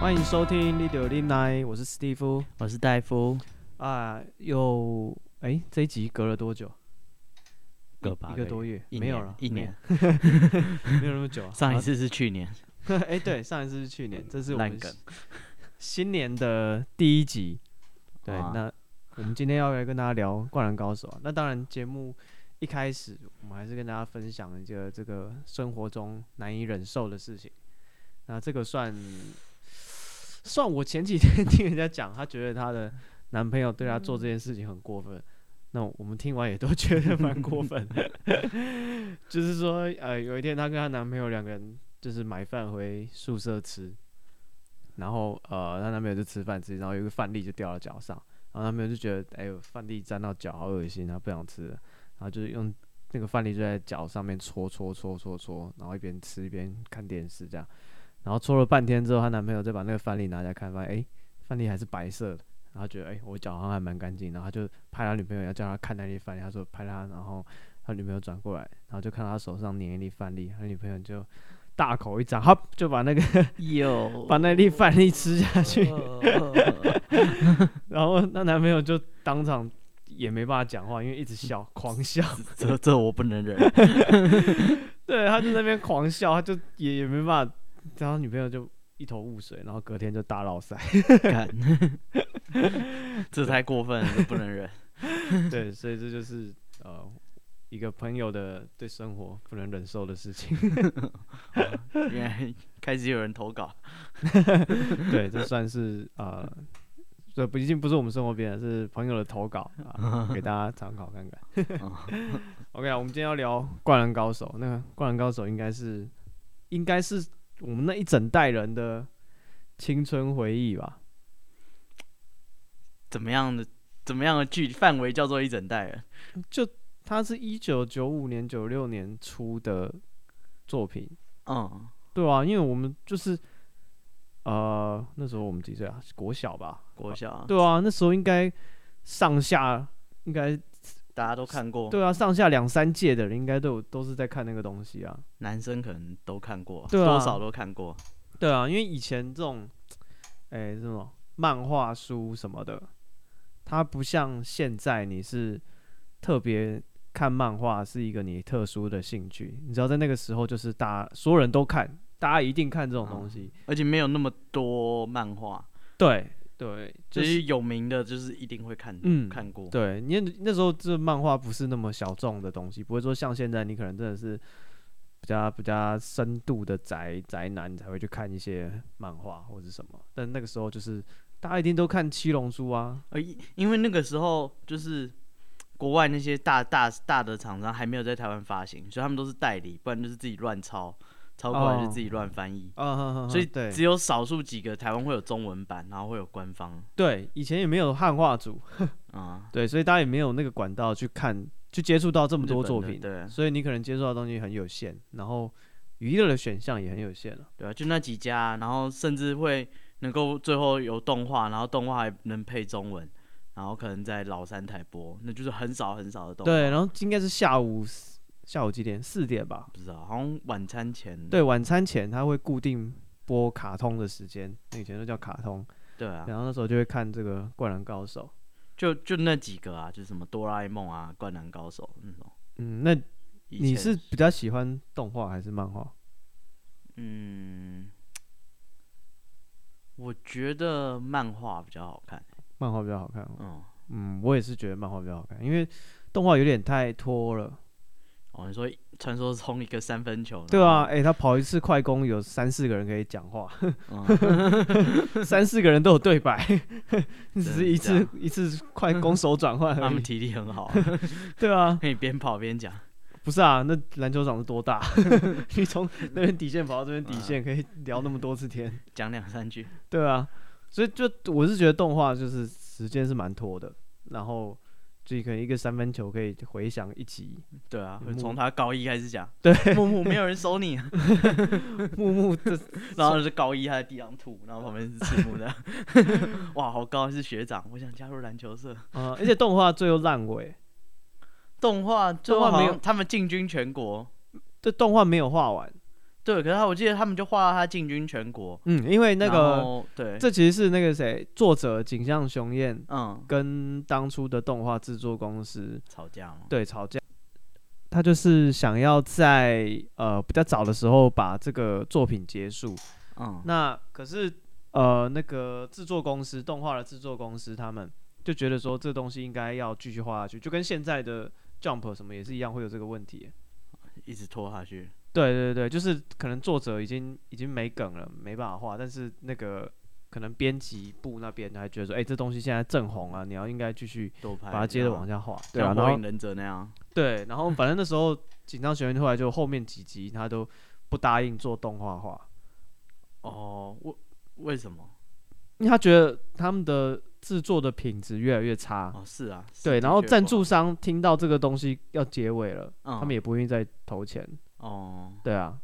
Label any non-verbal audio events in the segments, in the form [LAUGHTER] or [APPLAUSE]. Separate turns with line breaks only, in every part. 欢迎收听《l i d e r l i n i 我是史蒂夫
我是戴夫，
啊。又哎、这一集隔了多久？
个
一
八
个多
月，
月，
一
没有
年
了，
一
没
年。
有，没有那么久啊。
[LAUGHS] 上
[LAUGHS]
一次是去年，
啊，哎、对，上一次是去年，这是我
烂
们
梗。
新年的第一集。对，
哇
那我们今天要来跟大家聊《灌篮高手》啊。那当然，节目一开始我们还是跟大家分享一个这个生活中难以忍受的事情。那这个算算我前几天 [LAUGHS] 听人家讲，她觉得她的男朋友对她做这件事情很过分。那我们听完也都觉得蛮过分的， [LAUGHS] 就是说，呃，有一天她跟她男朋友两个人就是买饭回宿舍吃，然后呃，她男朋友就吃饭吃，然后有一个饭粒就掉到脚上，然后她男朋友就觉得哎呦饭粒沾到脚好恶心，她不想吃了，然后就是用那个饭粒就在脚上面搓搓搓搓搓，然后一边吃一边看电视这样，然后搓了半天之后，她男朋友再把那个饭粒拿起来看，发现哎饭粒还是白色的。然后觉得哎、我脚好像还蛮干净，然后他就拍他女朋友，要叫他看那粒饭粒，他说拍他，然后他女朋友转过来，然后就看到他手上粘一粒饭粒，他女朋友就大口一张，哈，就把那个
[LAUGHS] 有
把那粒饭粒吃下
[LAUGHS]
去，
嗯
呃
去，
然后那男朋友就当场也没办法讲话，因为一直笑，狂笑。
[LAUGHS] 这这我不能忍。
对，他就在那边狂笑，他就也也没办法。然后女朋友就一头雾水，然后隔天就大落塞。
干 [LAUGHS] 这太过分了，这不能忍。
对，所以这就是呃一个朋友的对生活不能忍受的事情。
原来 [LAUGHS] 开始有人投稿， [LAUGHS]
对，这算是呃，这不已经不是我们生活边了，是朋友的投稿啊，给大家参考看看。OK
[LAUGHS]
啊，我们今天要聊《灌篮高手》，那个《灌篮高手》应该是应该是我们那一整代人的青春回忆吧。
怎么样的怎么样的剧范围叫做一整代人？
就它是一九九五年、九六年出的作品，
嗯，
对啊，因为我们就是呃那时候我们几岁啊？国小吧？
国小啊
对啊，那时候应该上下应该
大家都看过，
对啊，上下两三届的人应该都有都是在看那个东西啊。
男生可能都看过，
对啊
多少都看过。
对啊，因为以前这种，哎、这什么漫画书什么的，它不像现在你是特别看漫画是一个你特殊的兴趣。你知道，在那个时候就是大家所有人都看，大家一定看这种东西。
而且没有那么多漫画，
对对，就
就是是有名的，就是一定会看，
嗯
看过。
对，你那那时候这漫画不是那么小众的东西，不会说像现在你可能真的是比较比较深度的宅宅男，你才会去看一些漫画或者什么。但那个时候就是大家一定都看《七龙珠》啊，
呃，因因为那个时候就是国外那些大大大的厂商还没有在台湾发行，所以他们都是代理，不然就是自己乱抄，抄过来
哦
就自己乱翻译。
啊
所以
对
只有少数几个台湾会有中文版，然后会有官方
对，以前也没有汉化组，
啊，
对，所以大家也没有那个管道去看去接触到这么
日本
多
的
作品，
对
所以你可能接触到的东西很有限，然后娱乐的选项也很有限了、
对啊，就那几家，然后甚至会能够最后有动画，然后动画还能配中文，然后可能在老三台播，那就是很少很少的动画。
对，然后应该是下午下午几点？四点吧。
不知道，好像晚餐前
对，晚餐前他会固定播卡通的时间，那以前都叫卡通，
对啊，
然后那时候就会看这个《灌篮高手》。
就就那几个啊，就是什么哆啦 A 梦啊、灌篮高手那种。
嗯，那
以
你
前
是比较喜欢动画还是漫画？
嗯，我觉得漫画比较好看。
漫画比较好看。
嗯，
嗯，我也是觉得漫画比较好看，因为动画有点太拖了。
哦，你说传说中一个三分球，
对啊，，诶，他跑一次快攻有三四个人可以讲话， [LAUGHS]
嗯、
三四个人都有对白， [LAUGHS] 只
真的
是一
是这
次
样
一次快攻手转换
他
而
[LAUGHS] 们
已。
体力很好，
对啊，
可以边跑边讲。
不是啊，那篮球场是多大？ [LAUGHS] 你从那边底线跑到这边底
嗯
线，可以聊那么多次天。
讲两三句，
对啊，所以就我是觉得动画就是时间是蛮拖的，然后就可能一个三分球可以回想一集， [LAUGHS]
对啊，
木
会从他高一开始讲，
对，
木木没有人收你啊，
木木这
然后就是高一他在地上吐，然后旁边是赤木的，哇，好高，是学长，我想加入篮球社。
呃，而且动画最后烂尾，
动画，
动画没有
他们进军全国，
这动画没有画完，
对，可是他我记得他们就画他进军全国，
嗯，因为那
然
个
后对，
这其实是那个谁作者景象雄彦
嗯
跟当初的动画制作公司
吵架嘛，
对吵架，他就是想要在呃比较早的时候把这个作品结束。
嗯
那可是呃那个制作公司动画的制作公司他们就觉得说这东西应该要继续画下去，就跟现在的 Jump 什么也是一样会有这个问题。
一直拖下去，
对对对，就是可能作者已经已经没梗了，没办法画，但是那个可能编辑部那边还觉得说，哎、这东西现在正红啊，你要应该继续
多拍，
把它接着往，下画，对啊，
像
然
火影
后
忍者那样，
对，然后反正那时候紧张学院后来就后面几集他都不答应做动画化，
哦，为为什么？
因为他觉得他们的制作的品质越来越差，
哦，是啊，是
对，
的
然后
确
赞
不好
助，商听到这个东西要结尾了，
嗯
他们也不愿意再投钱，
哦，
对啊，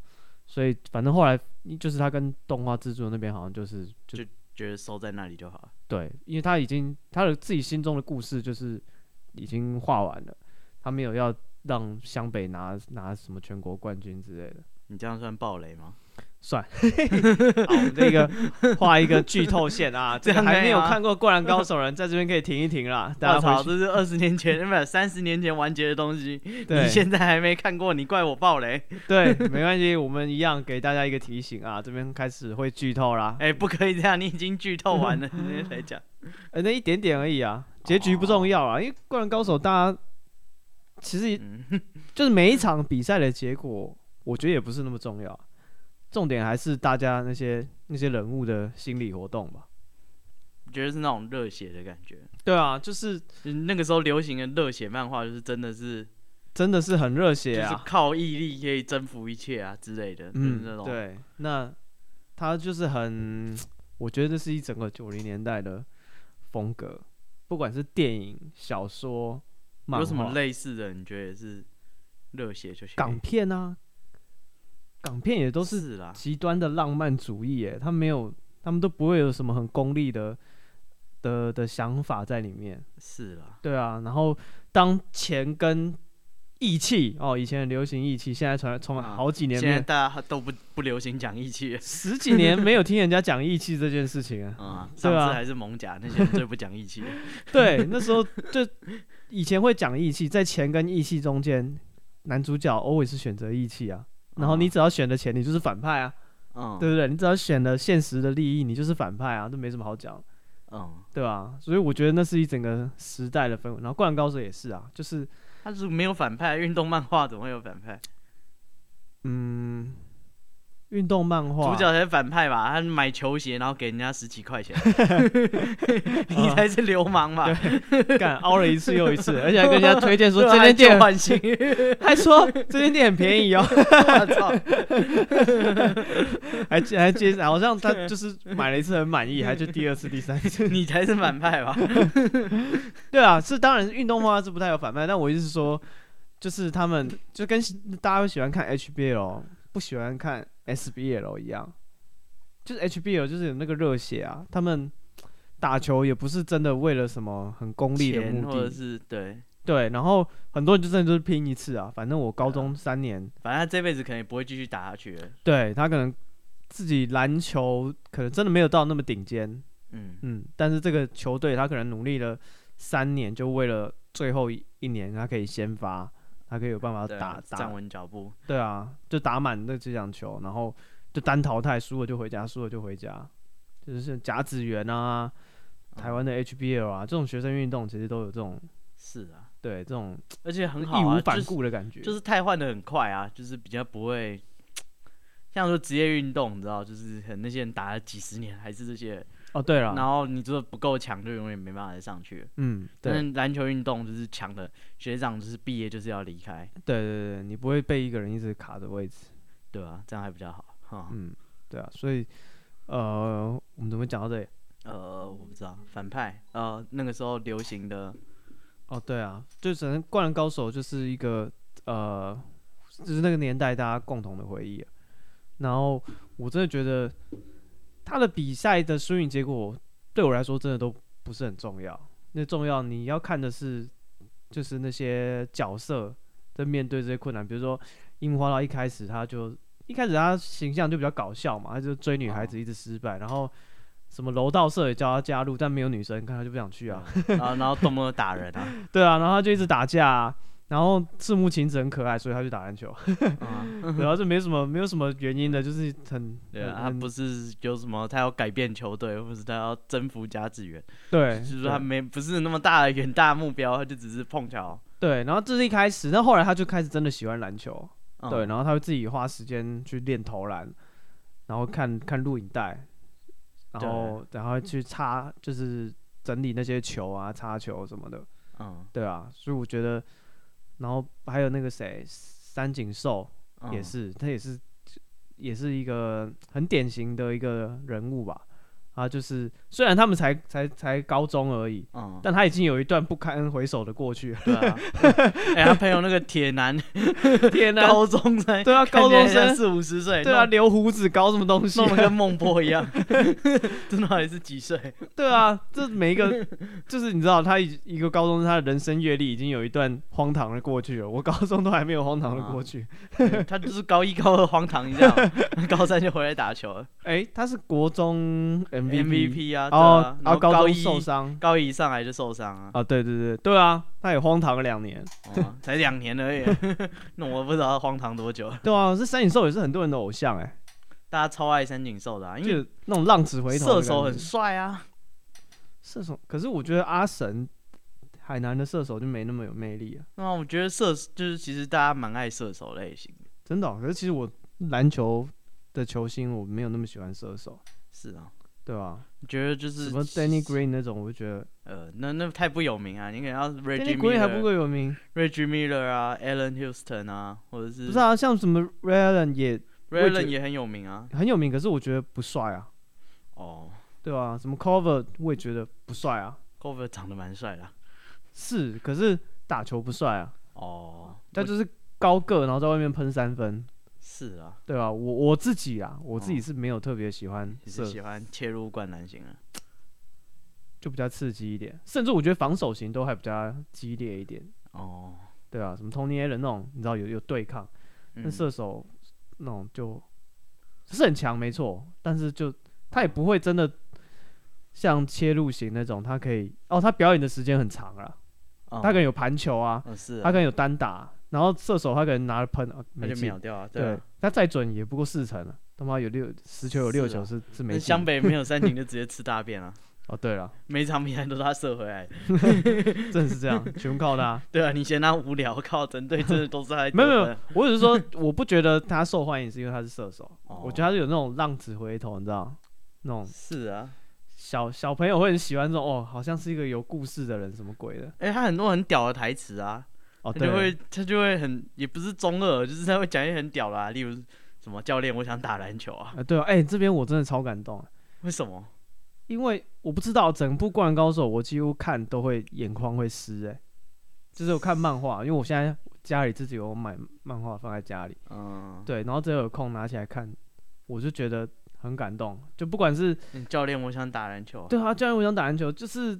所以反正后来就是他跟动画制作那边好像就是就
就觉得收在那里就好了，
对，因为他已经他的自己心中的故事就是已经画完了，他没有要让湘北拿拿什么全国冠军之类的。
你这样算暴雷吗？
算，
[LAUGHS]
好，我们这个画一个剧透线
[LAUGHS]
啊，这
这
个
样
还
可以
没有
吗
看过《灌篮高手》的人，在这边可以停一停啦，大
我
家
操，
回去
这是二十年前，不是三十年前完结的东西，
[LAUGHS] 对
你现在还没看过，你怪我暴雷？
对，没关系，我们一样给大家一个提醒啊，这边开始会剧透啦，
哎、不可以这样，你已经剧透完了， [LAUGHS] 你才讲。
呃，那一点点而已啊，结局不重要啊，因为《灌篮高手》大家其实
嗯，
就是每一场比赛的结果，我觉得也不是那么重要，重点还是大家那些那些人物的心理活动吧。
觉得是那种热血的感觉，
对啊，就是
就是那个时候流行的热血漫画，就是真的是、
真的是很热血
就是
啊，
靠毅力可以征服一切啊之类的，就是那
嗯，
种。嗯
对，那他就是很，我觉得这是一整个九零年代的风格，不管是电影、小说、漫
有什
画
么类似的？你觉得也是热血就行？
港片啊，港片也都是
是啊啦，
极端的浪漫主义，哎，他没有，他们都不会有什么很功利的的的想法在里面。
是啦，
对啊，然后当钱跟义气哦，以前很流行义气，现在传从
啊
好几年
现
没有
在大家都不不流行讲义气了。
十几年没有听人家讲义气这件事情啊。
嗯 [LAUGHS] 啊，上
[LAUGHS] 对啊
次还是蒙甲那些人最不讲义
[LAUGHS]
气了。
对，那时候就以前会讲义气，在钱跟义气中间，男主角 always 是选择义气啊。然后你只要选了钱，你就是反派啊，
嗯，
对不对？你只要选了现实的利益，你就是反派啊，这没什么好讲，
嗯，
对吧？所以我觉得那是一整个时代的氛围。然后《灌篮高手》也是啊，就是
他如果没有反派，运动漫画怎么会有反派？
嗯，运动漫画
主角才是反派吧？他买球鞋，然后给人家十几块钱，
[LAUGHS]
[LAUGHS] 你才是流氓吧？
干
[LAUGHS]
凹了一次又一次，而且还跟人家推荐说
对啊
这
还
间店
旧，换新，
还说这间店很便宜哦，
我操！
还还介绍，好像
[LAUGHS]
他就是买了一次很满意，还去第二次、第三 [LAUGHS] 次。
你才是反
[LAUGHS]
派吧？
对啊，是当然运动漫画是不太有反派，但我意思是说，就是他们就跟大家会喜欢看 HBL，不喜欢看 SBL 一样，就是 HBL 就是有那个热血啊，他们打球也不是真的为了什么很功利的
钱
目
或者
的，
是对，
对，然后很多人就真的就是拼一次啊，反正我高中三年，
反正他这辈子可能也不会继续打下去了。
对他可能自己篮球可能真的没有到那么顶尖，
嗯，
嗯，但是这个球队他可能努力了三年，就为了最后一一年他可以先发，他可以有办法
对啊
打
站
打，
稳脚步。
对啊，就打满那几场球，然后就单淘汰，输了就回家，输了就回家，就是像甲子园啊，
嗯
台湾的 HBL 啊，这种学生运动其实都有这种
是啊，
对这种
而且很好
义
啊，
无
就
反
是
顾的感觉，
就是太换的很快啊，就是比较不会。像说职业运动，你知道，就是很那些人打了几十年还是这些人，
哦对了，
然后你如果不够强，就永远没办法再上去了。
嗯，对
但是篮球运动就是强的学长，就是毕业就是要离开，
对对对，你不会被一个人一直卡着位置。
对啊，这样还比较好。哈、
嗯，对啊，所以呃，我们怎么讲到这里？
呃，我不知道，反派，呃，那个时候流行的，
哦，对啊，就只能《灌篮高手》就是一个呃，就是那个年代大家共同的回忆啊、然后我真的觉得他的比赛的输赢结果对我来说真的都不是很重要，那重要你要看的是就是那些角色在面对这些困难，比如说樱花到一开始他就一开始他形象就比较搞笑嘛，他就追女孩子一直失败，然后什么楼道社也叫他加入，但没有女生，看他就不想
[LAUGHS]
去啊。
然后然后动不动就打
[LAUGHS]
人啊，
对啊，然后他就一直打架、啊，然后赤木晴子很可爱，所以他去打篮
[LAUGHS]
球，
嗯
然后这没什么没有什么原因的，就是很
对啊，
很
他不是有什么，他要改变球队，或是他要征服甲子园，
对，
就是
嗯对
说他没不是那么大的远大目标，他就只是碰巧。
对，然后这是一开始，但后来他就开始真的喜欢篮球，
嗯
对，然后他会自己花时间去练投篮，然后看看录影带，然
对
后然后去擦，就是整理那些球啊、擦球什么的，
嗯，
对啊，所以我觉得，然后还有那个谁，三井寿
嗯
也，是，他也是也是一个很典型的一个人物吧，啊，就是虽然他们才才才高中而已，
嗯，
但他已经有一段不堪回首的过去了， [LAUGHS]
对啊， [LAUGHS] 哎，他朋友那个铁男
天哪！
高中生，
对啊，高中生
四五十岁，
对啊，
弄，
留胡子搞什么东西、
弄得
啊？ [LAUGHS]
跟孟波一样， [LAUGHS] 真的还是几岁？
对啊，这每一个就是你知道，他一一个高中生，他的人生阅历已经有一段荒唐的过去了。我高中都还没有荒唐的过去。
他就是高一高二荒唐一下嘛，
[LAUGHS]
高三就回来打球了
哎、他是国中 MVP，,
，MVP 啊，对
哦
啊，，
然
然
后
后
高
高
中
一
受伤。
高一上来就受伤啊，
啊，对对对对啊，他也荒唐了两年。
哦才两年
[LAUGHS]
而已，那我不知道他荒唐多久。
对啊，这三井寿也是很多人的偶像哎、
大家超爱三井寿的、啊，因
就
为
是那种浪子回头的
射
感觉。
手很帅啊。
射手，可是我觉得阿神海南的射手就没那么有魅力啊，
那我觉得射就是其实大家蛮爱射手类型的，
真的哦、可是其实我篮球的球星我没有那么喜欢射手。
是啊，
对啊，
我觉得就
什
是
么 Danny Green 那种，我就觉得
呃，那那太不有名啊，你可能要
Danny
Reggie
Green 还不
Miller、
够有名，
Reggie Miller 啊、Allen Houston 啊，或者是
不是啊？像什么 r a y l a n 也
r a y l
我也觉
o n
得
也很有名啊。
很有名，可是我觉得不帅啊，
哦
对啊，什么 Cover 我也觉得不帅啊，
c o v e r 长得蛮帅的啊、
是，可是打球不帅啊，
哦，
他
我
就是高个，然后在外面喷三分，
是啊，
对啊，我我自己啊，我自己
哦
是没有特别喜欢
你是
射，
喜欢切入灌篮型啊？
就比较刺激一点，甚至我觉得防守型都还比较激烈一点，
哦，
对啊，什么 Tony Allen 那种，你知道有有对抗。那
嗯，
射手那种就是很强，没错，但是就他也不会真的像切入型那种，他可以哦，他表演的时间很长了，
哦
他可能有盘球啊，
哦是、
他
啊，
可能有单打，然后射手他可能拿了喷，啊、
他
没
就
进
秒，掉啊，对
对
啊。，
他再准也不过四成了，他妈有六十球有六球是是没
啊那
进
湘北没有三井就直接吃大便了、啊
哦，对了，
[LAUGHS] 每场比赛都是他射回来的。
真的是这样，全部靠他。
对啊，你嫌他无聊，靠，整队真的
[LAUGHS]
都是他在得
没
分。
有没有，我只是说我不觉得他受欢迎是因为他是射手，
哦
我觉得他是有那种浪子回头，你知道，那种
是啊，
小小朋友会很喜欢这种哦，好像是一个有故事的人，什么鬼的
哎、他很多很屌的台词啊，
哦，
他就
对，
会他就会很也不是中二，就是他会讲一些很屌啦、啊例如什么教练，我想打篮球啊，
啊对啊，哎、这边我真的超感动，
为什么？
因为我不知道整部《灌篮高手》，我几乎看都会眼眶会湿，哎，就是我看漫画，因为我现在家里自己有买漫画放在家里，
嗯，
对，然后这有空拿起来看，我就觉得很感动，就不管是
嗯教练，我想打篮球、啊。
对啊，教练我想打篮球，就是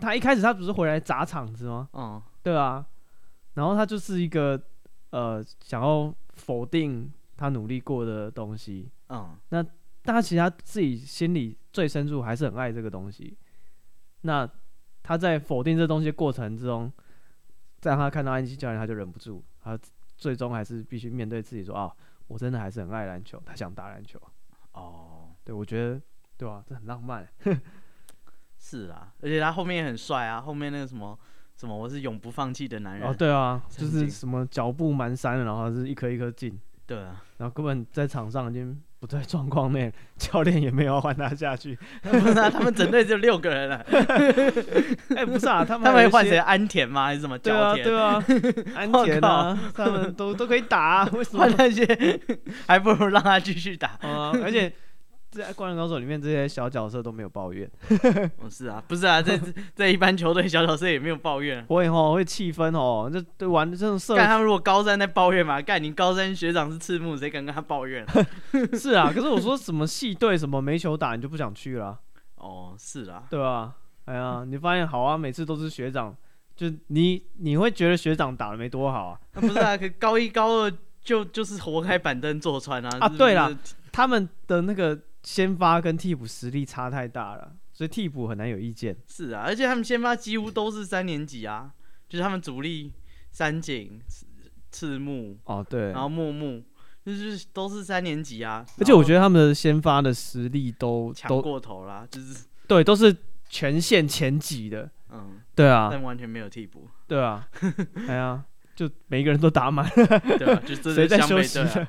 他一开始他不是回来砸场子吗？
嗯，
对啊，然后他就是一个呃想要否定他努力过的东西，
嗯
但他其实他自己心里最深处还是很爱这个东西。那他在否定这东西的过程之中，再让他看到安西教练，他就忍不住，他最终还是必须面对自己说啊，我真的还是很爱篮球，他想打篮球。
哦，
对我觉得对啊，这很浪漫。
是啊，而且他后面也很帅啊，后面那个什么什么，我是永不放弃的男人。
哦，对 [LAUGHS] 啊，就
神
是
经
什么脚步蹒跚，然后是一颗一颗进。
对啊， [LAUGHS]
然后根本在场上已经不在状况内，教练也没有要换他下 [LAUGHS] 去。
不是啊，他们整队只有六个人啊，
哎、不是啊，他们
[LAUGHS] 他们
还有
会
一
换
些
谁？？安田吗？还是什么
对
角
啊，
田？
对啊， [LAUGHS] 安
我
田啊，他们都都可以打、啊，为 [LAUGHS] 什么
换那些， [LAUGHS] 还不如让他继续打。
啊？而且在《灌篮高手》里面，这些小角色都没有抱怨，
哦，是啊，不是啊，这 [LAUGHS] 这一般球队小角色也没有抱怨啊。
会吼会气氛哦，这对玩这种社
干他们如果高三在抱怨嘛，干你高三学长是赤木，谁敢跟他抱怨啊？
是啊。可是我说什么系队什么没球打，你就不想去了啊、
哦，是啊，
对啊，哎呀，你发现好啊，每次都是学长，就你你会觉得学长打的没多好啊，
那不是啊，可高一高二就就是活该板凳坐穿啊！
啊
就是
对啦，他们的那个先发跟替补实力差太大了，所以替补很难有意见。
是啊，而且他们先发几乎都是三年级啊，就是他们主力三井、赤赤木，
哦，对，
然后木木，就是都是三年级啊。
而且我
得
觉得他们的先发的实力都
抢
都
过头啦，就是
对，都是全县前几的。
嗯，
对啊，
但完全没有替补，
对 [LAUGHS] 啊，哎呀，就每个人都打 [LAUGHS] 满。
对 [LAUGHS] 啊，就这
谁
是
在
湘
休
北
息
队啊。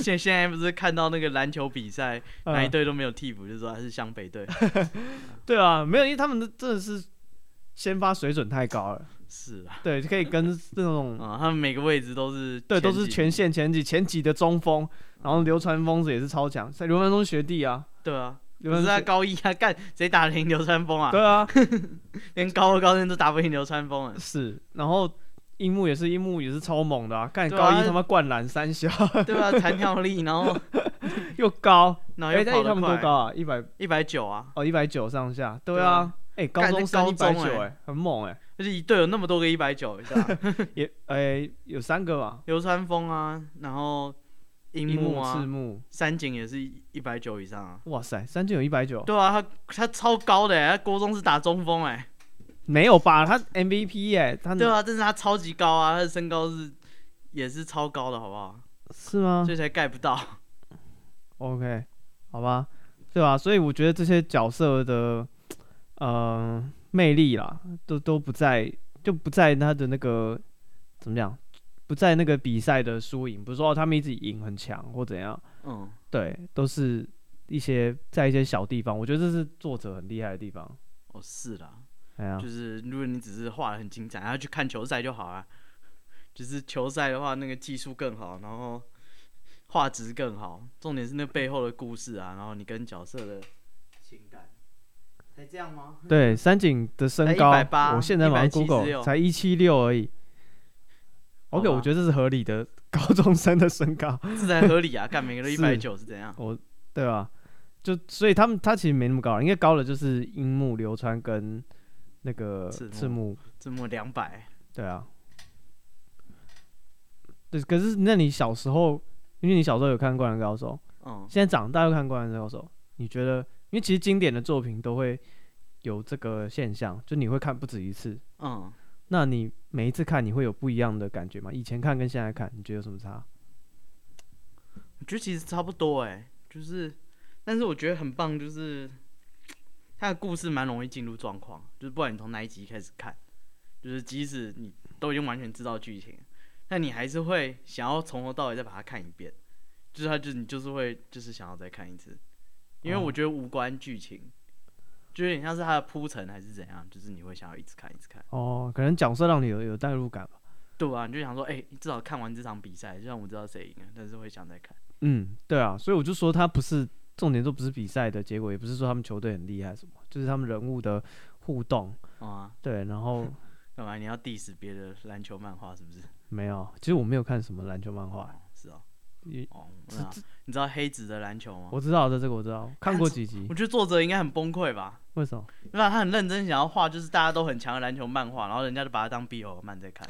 [LAUGHS] 现现在不是看到那个篮球比赛，哪一
嗯
队都没有替补，就说他是湘北队。
对啊，没有，因为他们的真的是先发水准太高了，
是啊，
对，可以跟那种
嗯，他们每个位置都是
对都是
几
全县前几前几的中锋，然后流川枫子也是超强，在流川枫学弟啊，
对啊，
流川
可是他
枫
高一啊，干谁打得赢流川枫啊？
对啊
连高二高三都打不赢流川
[LAUGHS]
枫啊。
是，然后樱木也是樱木也是超猛的啊，看
对
高
啊
一他妈灌篮三小 [LAUGHS]
对啊，弹跳力，然后
又高，
然后
哎，
又
但
跑
他
得
们多
快，
高啊？一百
一百九啊，
哦一百九上下，对
对
啊
啊，
哎高
干
中
那
生一
高
百
中
九
哎
哎，很猛哎， [LAUGHS]
而且一队有那么多个一百九，是吧
也哎有三个吧，
[LAUGHS] 流川枫啊，然后樱
樱
木
木赤
啊，
木，
三井也是一百九以上啊。
哇塞，三井有一百九，
对啊，他他超高的、欸，他国中是打中锋哎、
没有吧？他 MVP 哎，他
[LAUGHS] 对啊，但是他超级高啊，他的身高是也是超高的，好不好？
是吗
所以才盖不
[LAUGHS]
到。
？OK，好吧，对吧、所以我觉得这些角色的呃魅力啦，都都不在，就不在他的那个怎么讲，不在那个比赛的输赢，不是说哦他们一直赢很强或怎样，
嗯，
对，都是一些在一些小地方，我觉得这是作者很厉害的地方。
哦是啦，
哎呀
就，是如果你只是画的很精彩，然后去看球赛就好啊。就是球赛的话，那个技术更好，然后画质更好，重点是那背后的故事啊，然后你跟角色的情感。才这样吗？
对，三井的身
才
高，
180
我现在马上
176
Google 才一七六而已。
好
OK，
吧
我觉得这是合理的 [LAUGHS] 高中生的身高。
[LAUGHS] 这才合理啊！干每个人一
是
百九是怎样？
我对吧？就所以他们他其实没那么高，应该高的就是樱木、流川跟那个
赤木
赤木，
这么两百，
对啊。对，可是那你小时候，因为你小时候有看《灌篮高手
嗯》，，
现在长大又看《灌篮高手》，你觉得？因为其实经典的作品都会有这个现象，就你会看不止一次。
嗯，
那你每一次看，你会有不一样的感觉吗？以前看跟现在看，你觉得有什么差？
我觉得其实差不多哎、就是，但是我觉得很棒，就是他的故事蛮容易进入状况，就是不管你从哪一集开始看，就是即使你都已经完全知道剧情，但你还是会想要从头到尾再把它看一遍，就是他就你就是会就是想要再看一次，因为
哦
我觉得无关剧情，就有点像是它的铺陈还是怎样，就是你会想要一直看一直看，
哦，可能角色让你有有代入感吧。
对啊，你就想说，哎、至少看完这场比赛，就算我知道谁赢了，但是会想再看，
嗯，对啊，所以我就说他不是重点，都不是比赛的结果，也不是说他们球队很厉害什么，就是他们人物的互动。
好啊。
对，然
[LAUGHS]
后
干嘛？你要 diss 别的篮球漫画是不是？
没有，其实我没有看什么篮球漫画，
哦是哦，
也
哦，那你知道黑子的篮球吗？
我知道的这个我知道，看过几集
我。觉得作者应该很崩溃吧，
为
[LAUGHS]
什么？
对吧？他很认真想要画，就是大家都很强的篮球漫画，然后人家就把它当 BL 漫在看，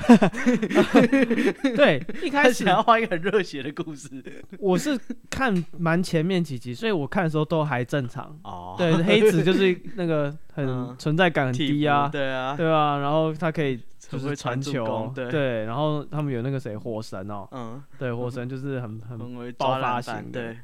对，一开
他
始
想要画一个很热血的故事。
我是看蛮前面几集，所以我看的时候都还正常。
[LAUGHS] 哦，
对，黑
[LAUGHS]
子就是那个很
嗯
存在感很
替补，
低啊，
对啊，
对啊，然后他可以就
很
是
会
传
助
球
攻，，对，
对，然后他们有那个谁火神哦，
嗯，
对，火神就是很很
很会
爆
抓
发
篮
型
板，
的
对，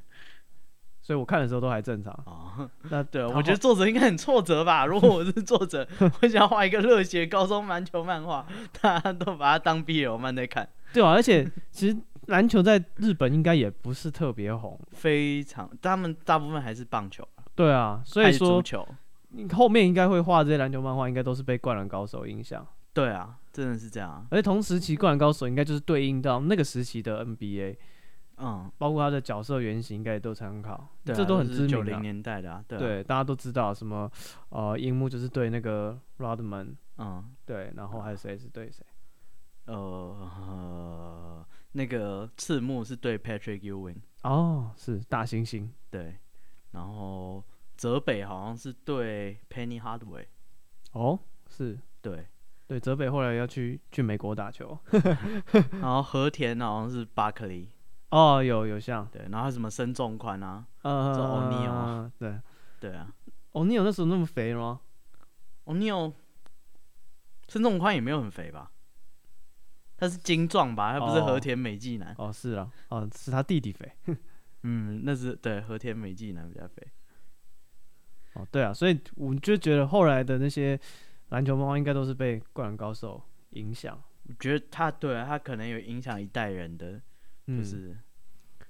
所以我看的时候都还正常。
哦，
那
对， [LAUGHS]
然
我觉得
后
作者应该很挫折吧。 [LAUGHS] 如果我是作者，我想要画一个热血高中篮球漫画，大家都把它当 BL 漫在看。
[LAUGHS] 对啊，而且其实篮球在日本应该也不是特别红，
非常，他们大部分还是棒球，
对啊，所
还
以
是足
说
球，
你后面应该会画这些篮球漫画，应该都是被《灌篮高手》影响，
对啊，真的是这样啊。
而且同时期《灌篮高手》应该就是对应到那个时期的 NBA，
嗯，
包括他的角色原型应该也都参考，
对啊、
这都很
是
知
九
名、
零
啊。
年代的啊，对啊，
对，大家都知道什么，呃，樱木就是对那个 Rodman，
嗯，
对，然后还有谁是对谁？
呃呃，那个赤木是对 Patrick Ewing，
哦，是大猩猩，
对，然后泽北好像是对 Penny Hardaway，
哦，是
对，
对，泽北后来要去去美国打球，
然后和田好像是巴克利，
哦，有有像，
对，然后还有什么身重宽啊，
呃，
是欧尼尔吗
对，
对啊，
欧尼尔那时候那么肥吗？
哦，你有身重宽也没有很肥吧？他是精壮吧？他不是
哦
和田美纪男。
哦，是啊，哦，是他弟弟肥。
嗯，那是对和田美纪男比较肥。
哦，对啊，所以我就觉得后来的那些篮球猫应该都是被《灌篮高手》影响，
我觉得他对、啊、他可能有影响一代人的，
嗯
就是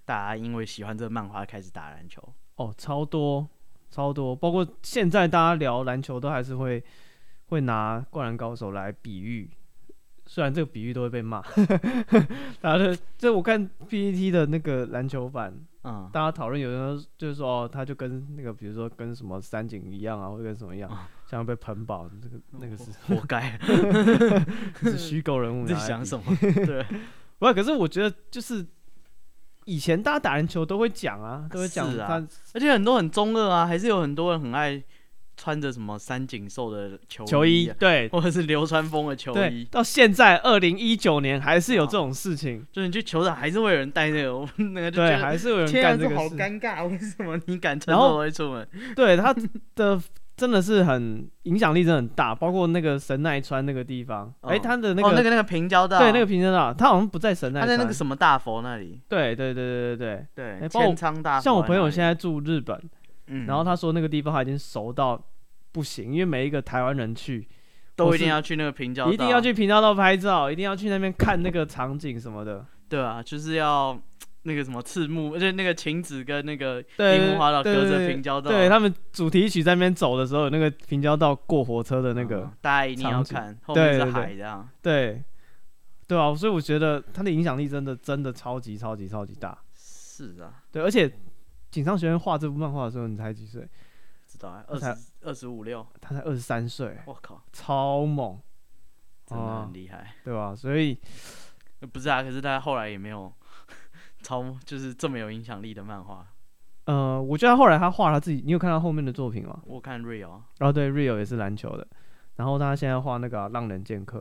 大家因为喜欢这个漫画开始打篮球。
哦，超多超多，包括现在大家聊篮球都还是会会拿《灌篮高手》来比喻，虽然这个比喻都会被骂， [LAUGHS] 大家就这我看 PPT 的那个篮球版， [LAUGHS]
嗯，
大家讨论有人说就是说哦，他就跟那个比如说跟什么三井一样啊，或者跟什么一样，像被喷爆，那个那个是
活该。
[LAUGHS] 是虚构人物
你
拿
在
来比
想什么？
[LAUGHS]
对，
不，可是我觉得就是以前大家打篮球都会讲啊，都会讲
是啊
他
而且很多很中二啊，还是有很多人很爱穿着什么三井寿的球
球衣
衣、，啊，
对
或者是流川枫的球
对，
衣。
到现在二零一九年还是有这种事情，
就是你去球场还是会有人戴那啊个，我那个就
对，
觉得
还是有人
天啊，
干
这
个
好
事，
尴尬，为什么你敢穿
然后
这种会出
[LAUGHS]
门？
对他的真的是很影响力真的很大，包括那个神奈川那个地方，
嗯
哎，他的那
哦，那
个
个那个平交道，
对那个平山道，他好像不在神奈
他在那
川
个，什么大佛那里，
对对对对对哎
对，
帮我
千仓大佛
对，
那里。
像我朋友现在住日本，
嗯，
然后他说那个地方他已经熟到不行，因为每一个台湾人去。
都
我
一定
是
要去那个平交道，
一定要去频道道拍照，一定要去那边看那个场景什么的。
对啊，就是要那个什么赤木，而且那个晴子跟那个
对
樱木花道
对
隔
对
着
对
平交道，
对他们主题曲在那边走的时候，有那个平交道过火车的那个，
嗯大家一定要
场景
看，后面是
对对对
海这样，
对，对啊，所以我觉得他的影响力真的真的超级超级超级大。
是啊，
对，而且井上学院画这部漫画的时候，你才几岁？
知道啊，
那
二
才
十二十五六，
他才二十三岁，
我靠，
超猛，
真的
啊
很厉害。
对吧、所以
不是啊，可是他后来也没有 [LAUGHS] 超就是这么有影响力的漫画，
呃，我觉得他后来他画他自己，你有看到后面的作品吗？
我看 Real 啊
然后对，Rio 也是篮球的，然后他现在画那个啊、浪人剑客》，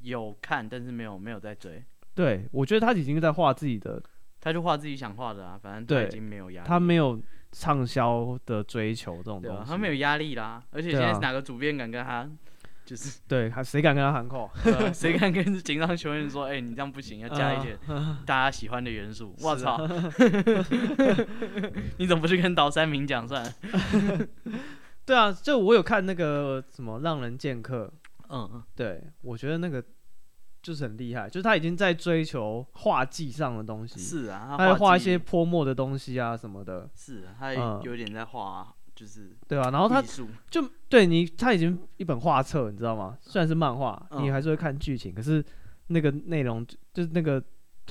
有看，但是没有没有在追，
对我觉得他已经在画自己的
他就画自己想画的啊，反正他
对
已经没有压力，
他没有畅销的追求这种
对
东
啊
西，，
他没有压力啦，而且
对
现在
啊
是哪个主编敢跟他就是。
[LAUGHS] 对，他谁敢跟他喊口？
对啊谁敢跟井上雄彦说，哎、你这样不行，要加一
[LAUGHS]
点大家喜欢的元素。
啊
我操！你怎么不去跟岛山明讲算了？
[LAUGHS] 对啊，就我有看那个什么《让人剑客
嗯，》，
对我觉得那个就是很厉害，就是他已经在追求画技上的东西，
是啊，
他
他
在画一
技
些泼墨的东西啊什么的，
是啊，他
嗯
有点在画，就是
对啊，然后他
艺术。
就对你，他已经一本画册，你知道吗？虽然是漫画，
嗯
你还是会看剧情，可是那个内容就就是那个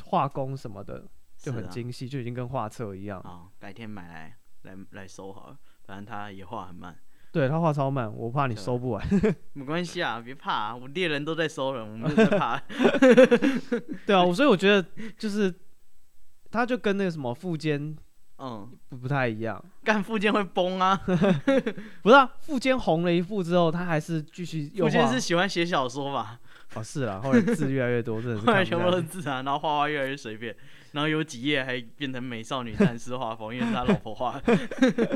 画工什么的就很
是
精细，就已经跟画册一样
啊。。好，改天买来来来收好了，反正他也画很
[LAUGHS]
慢，
对他画超慢，我怕你
对啊
收不完。 [LAUGHS]
没关系啊，别怕、啊，我猎人都在收人，我没有在
[LAUGHS]
怕。
对啊，我所以我觉得就是，他就跟那个什么富坚
嗯，
不不太一样，
干附件会崩啊，
不是啊，富坚红了一副之后，他还是继续又
附
画。
件是喜欢写小说吧？
哦，是啊，后来字越来越多，真的是
后来
看
全
不
部都
下
是
去。
字啊，然后画画越来越随便，然后有几页还变成美少女战士画风，因为是他老婆画，的， [LAUGHS]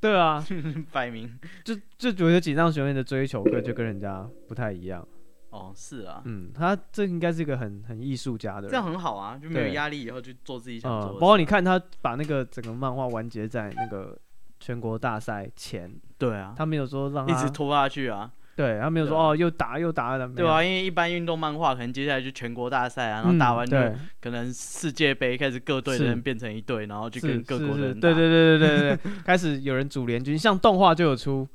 对啊，
摆明
就就觉得井上雄彦的追求跟就跟人家不太一样。
哦是啊，
嗯，他这应该是一个很很艺术家的
这样
人。
很好啊，就没有
对
压力，以后去做自己想啊
嗯
做，的事。
包括你看他把那个整个漫画完结在那个全国大赛前，
对啊，
他没有说让
一
他
直拖下去啊，
对他没有说
对啊
哦又打又打了，没
对
有
啊，因为一般运动漫画可能接下来就全国大赛啊，然后打
嗯
完就
对
可能世界杯开始各队的
是
人变成一队，然后就是跟各
是
国的
是
人
对
打，
对对对对对，开始有人组联军，像动画就有出，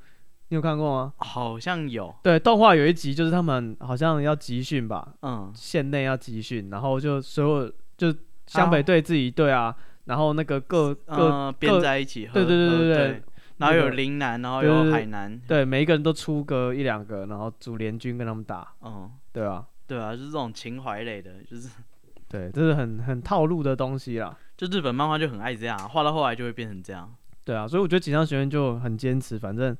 你有看过吗？
好像有，
对，动画有一集就是他们好像要集训吧，
嗯，
县内要集训，然后就所有就湘北队自己队啊，然后那个各各、
呃，编在一起，
对对
合
对
合
对对
队然
那
后有
个
陵南，然后
对对
有
对
海南，
对每一个人都出个一两个，然后组联军跟他们打，
嗯，
对啊，
对啊，就是这种情怀类的，就是。
对，这是很很套路的东西啦，
就日本漫画就很爱这样，啊画到后来就会变成这样。
对啊，所以我觉得锦上学院就很坚持，反正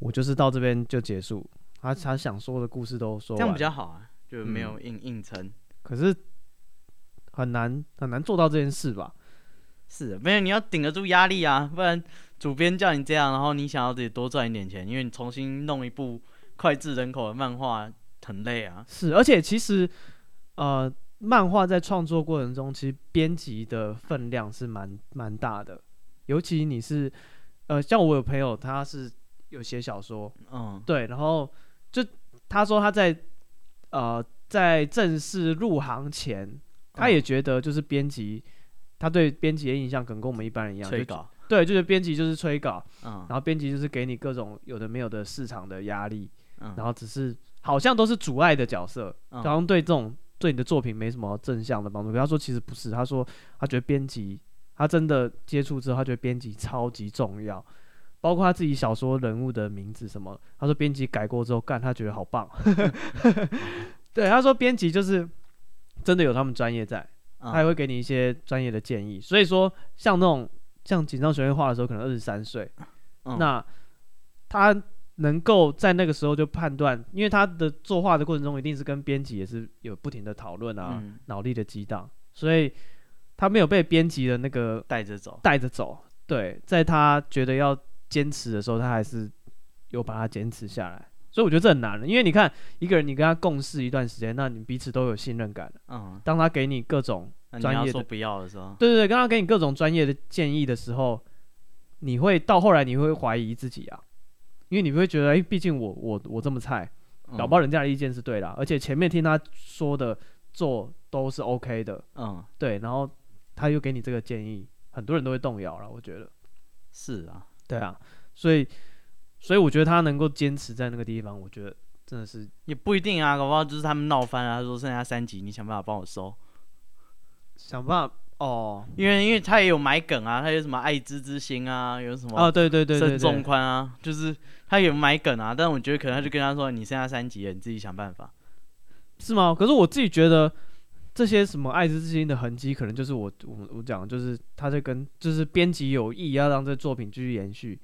我就是到这边就结束，他他想说的故事都说
这
完
样
了
比较好啊，就没有硬硬撑。
可是很难很难做到这件事吧？
是啊没有，你要顶得住压力啊，不然主编叫你这样，然后你想要自己多赚一点钱，因为你重新弄一部脍炙人口的漫画很累啊。
是，而且其实呃，漫画在创作过程中，其实编辑的分量是蛮蛮大的，尤其你是呃，像我有朋友他是有写小说，
嗯，
对，然后就他说他在呃在正式入行前，他
嗯
也觉得就是编辑，他对编辑的印象可能跟我们一般人一样，
催
就
稿，
对，就是编辑就是催稿，
嗯
然后编辑就是给你各种有的没有的市场的压力，
嗯，
然后只是好像都是阻碍的角色，
嗯
好像对这种对你的作品没什么正向的帮助。可他说其实不是，他说他觉得编辑，他真的接触之后，他觉得编辑超级重要，包括他自己小说人物的名字什么，他说编辑改过之后，干他觉得好
[LAUGHS]
棒。对，他说编辑就是真的有他们专业在，他也
嗯
会给你一些专业的建议。所以说，像那种像紧张学院画的时候，可能二十三岁，
嗯
那他能够在那个时候就判断，因为他的作画的过程中，一定是跟编辑也是有不停的讨论啊，
嗯，
脑力的激荡，所以他没有被编辑的那个
带着走，
带着走。对，在他觉得要坚持的时候，他还是有把它坚持下来。所以我觉得这很难的，因为你看一个人，你跟他共事一段时间，那你彼此都有信任感了。
嗯，
当他给你各种
那你
专
要
业
说
的
不要的时候，
对对对，刚刚给你各种专业的建议的时候，你会到后来你会怀疑自己啊，因为你会觉得，哎、毕竟我我我这么菜，
嗯
搞不好人家的意见是对的啊、而且前面听他说的做都是 OK 的，
嗯，嗯，
对，然后他又给你这个建议，很多人都会动摇了，我觉得，
是啊，
对啊，所以所以我觉得他能够坚持在那个地方，我觉得真的是
也不一定啊，搞不好就是他们闹翻了，他说剩下三集，你想办法帮我收，
想办法哦，
因为因为他也有买梗啊，他有什么爱之之心啊，有什么
啊，对对对对
正
对
中，宽啊，就是他有买梗啊，但我觉得可能他就跟他说，你剩下三集了，你自己想办法。
是吗？可是我自己觉得这些什么爱之之心的痕迹，可能就是我我我讲，就是他在跟就是编辑有意要让这作品继续延续，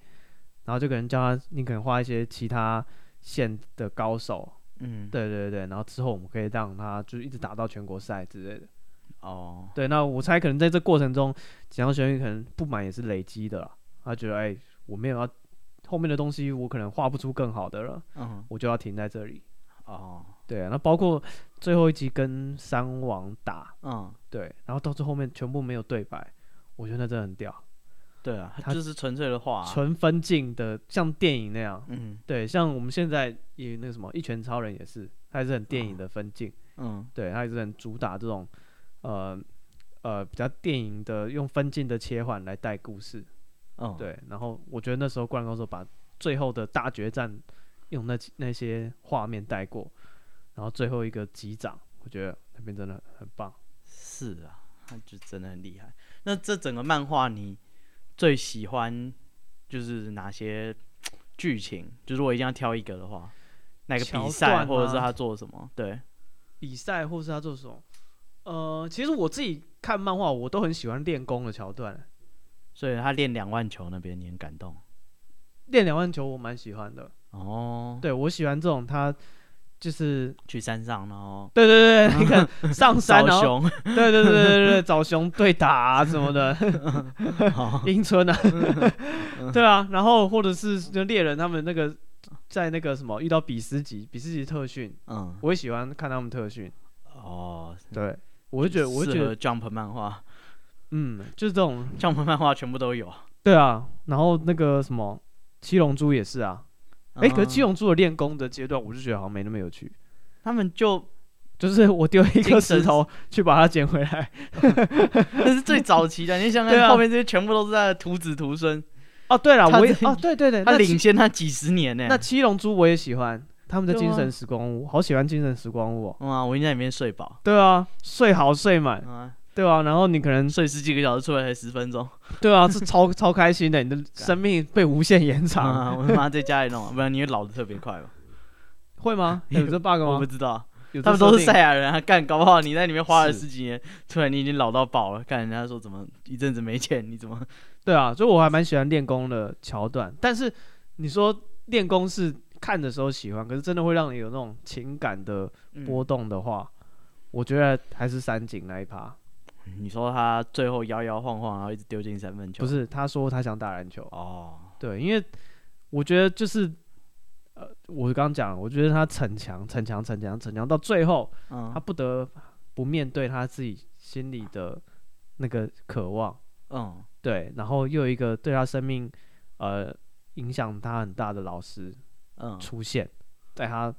然后就可能叫他你可能画一些其他线的高手，
嗯，，
对对对，然后之后我们可以让他就一直打到全国赛之类的。
哦，
对，那我猜可能在这过程中，锦上学院可能不满也是累积的啦，他觉得哎、我没有要后面的东西，我可能画不出更好的了，
嗯，
我就要停在这里。
哦，
对啊，那包括最后一集跟三王打，
嗯，
对，然后到最后面全部没有对白，我觉得那真的很屌，
对啊，他
他
就是纯粹的话、啊
纯分镜的，像电影那样。
嗯
对，像我们现在也那个什么《一拳超人》也是，它也是很电影的分镜，
嗯
对，它也是很主打这种呃呃比较电影的用分镜的切换来带故事。
嗯，，
对，然后我觉得那时候灌篮高手把最后的大决战用那几那些画面带过，然后最后一个击掌，我觉得那边真的很棒。
是啊，他就真的很厉害。那这整个漫画你最喜欢就是哪些剧情？就是我一定要挑一个的话，哪个比
桥
赛、
段
或者是
吗
他做什么？对，
比赛或是他做什么？呃，其实我自己看漫画，我都很喜欢练功的桥段。
所以他练两万球那边你很感动
练两万球我蛮喜欢的，
哦，
对我喜欢这种他就是
去山上然后
对对 [LAUGHS] 对，你
[LAUGHS]
看上山哦然
找
后
熊。
[LAUGHS] 对对对对对对找熊对打、
[LAUGHS]
啊、什么的，英村啊，对啊，然后或者是就猎人他们那个在那个什么遇到比斯吉比斯吉特训，
嗯，
我也喜欢看他们特训，
哦，
对我就觉得我就
适
觉
合
得
Jump 漫画
嗯就是这种
，Jump 漫画全部
[LAUGHS]
都有。
对啊，然后那个什么七龙珠也是啊，哎、可是七
嗯
龙珠的练功的阶段，我就觉得好像没那么有趣。
他们就
就是我丢一
精
颗
神
石头去把它捡回来。
那是最早期的，你想
对
想
啊
后面这些全部都是他的徒子徒孙，
[LAUGHS] 哦，对了，
他
我也
这
哦，对对对，
[LAUGHS] 他
那
领
七
先他几十年呢。
那七龙珠我也喜欢，他们的
对
精
啊
神时光屋，好喜欢精神时光屋、哦。
哇，嗯啊我应该里面睡饱，
对啊，睡好睡满，
啊，
对啊，然后你可能
睡十几个小时出来才十分钟。
对啊，是 [LAUGHS] 超超开心的，你的生命被无限延长，
啊，我他妈在家里弄啊，不然你会老的特别
[LAUGHS]
快吧？
会 [LAUGHS] 吗？有这 bug
我不
吗？
知道，
有这
他们都
设
是
定
赛亚人啊， [LAUGHS] 干，搞不好你在里面花了
是
十几年，突然你已经老到爆了，干人家说怎么一阵子没钱，你怎么？
对啊，所以我还蛮喜欢练功的桥段。但是你说练功是看的时候喜欢，可是真的会让你有那种情感的
嗯 [LAUGHS]
波动的话，我觉得还是三井那一趴。
你说他最后摇摇晃晃，然后一直丢进三分球，
不是，他说他想打篮球，啊
哦，
对，因为我觉得就是，呃，我刚刚讲了，我觉得他逞强、逞强、逞强、逞强，到最后
嗯
他不得不面对他自己心里的那个渴望，
嗯
对，然后又有一个对他生命呃影响他很大的老师
嗯，
出现，在他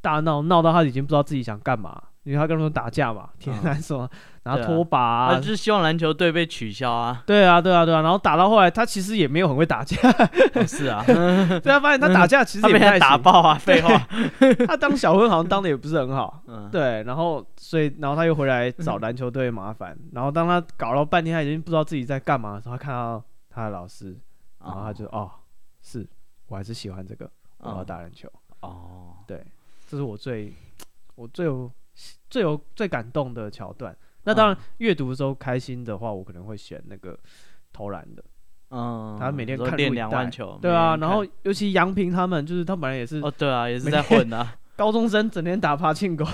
大闹闹到他已经不知道自己想干嘛，因为他跟他们打架嘛，天
嗯
天什么拿
对啊
拖把啊
他就是希望篮球队被取消啊，
对啊，对啊，对啊，然后打到后来，他其实也没有很会打架， [LAUGHS]
哦是啊，
对啊，发现他打架其实
[LAUGHS] 他
也
被
不
他
太
打
行， [LAUGHS]
爆啊，废话，
他当小混好像当的也不是很
[LAUGHS]
好，
嗯，
对，然后所以然后他又回来找篮球队麻烦，然后当他搞了半天，他已经不知道自己在干嘛的时候，他看到他的老师，然后他就
啊
哦，是我还是喜欢这个，我要
哦
打篮球，
哦，
对，这是我最我最有最有最感动的桥段。那当然，
嗯
阅读的时候开心的话，我可能会选那个投篮的。
嗯，
他每天
你说
看
练
录影
两
带
万球，
对啊，
每天
然
哦看
后尤其杨平他们，就是他本来也是
哦，对啊，也是
每
在
[LAUGHS]
混啊，
高中生，整天打爬
[LAUGHS]
庆狗，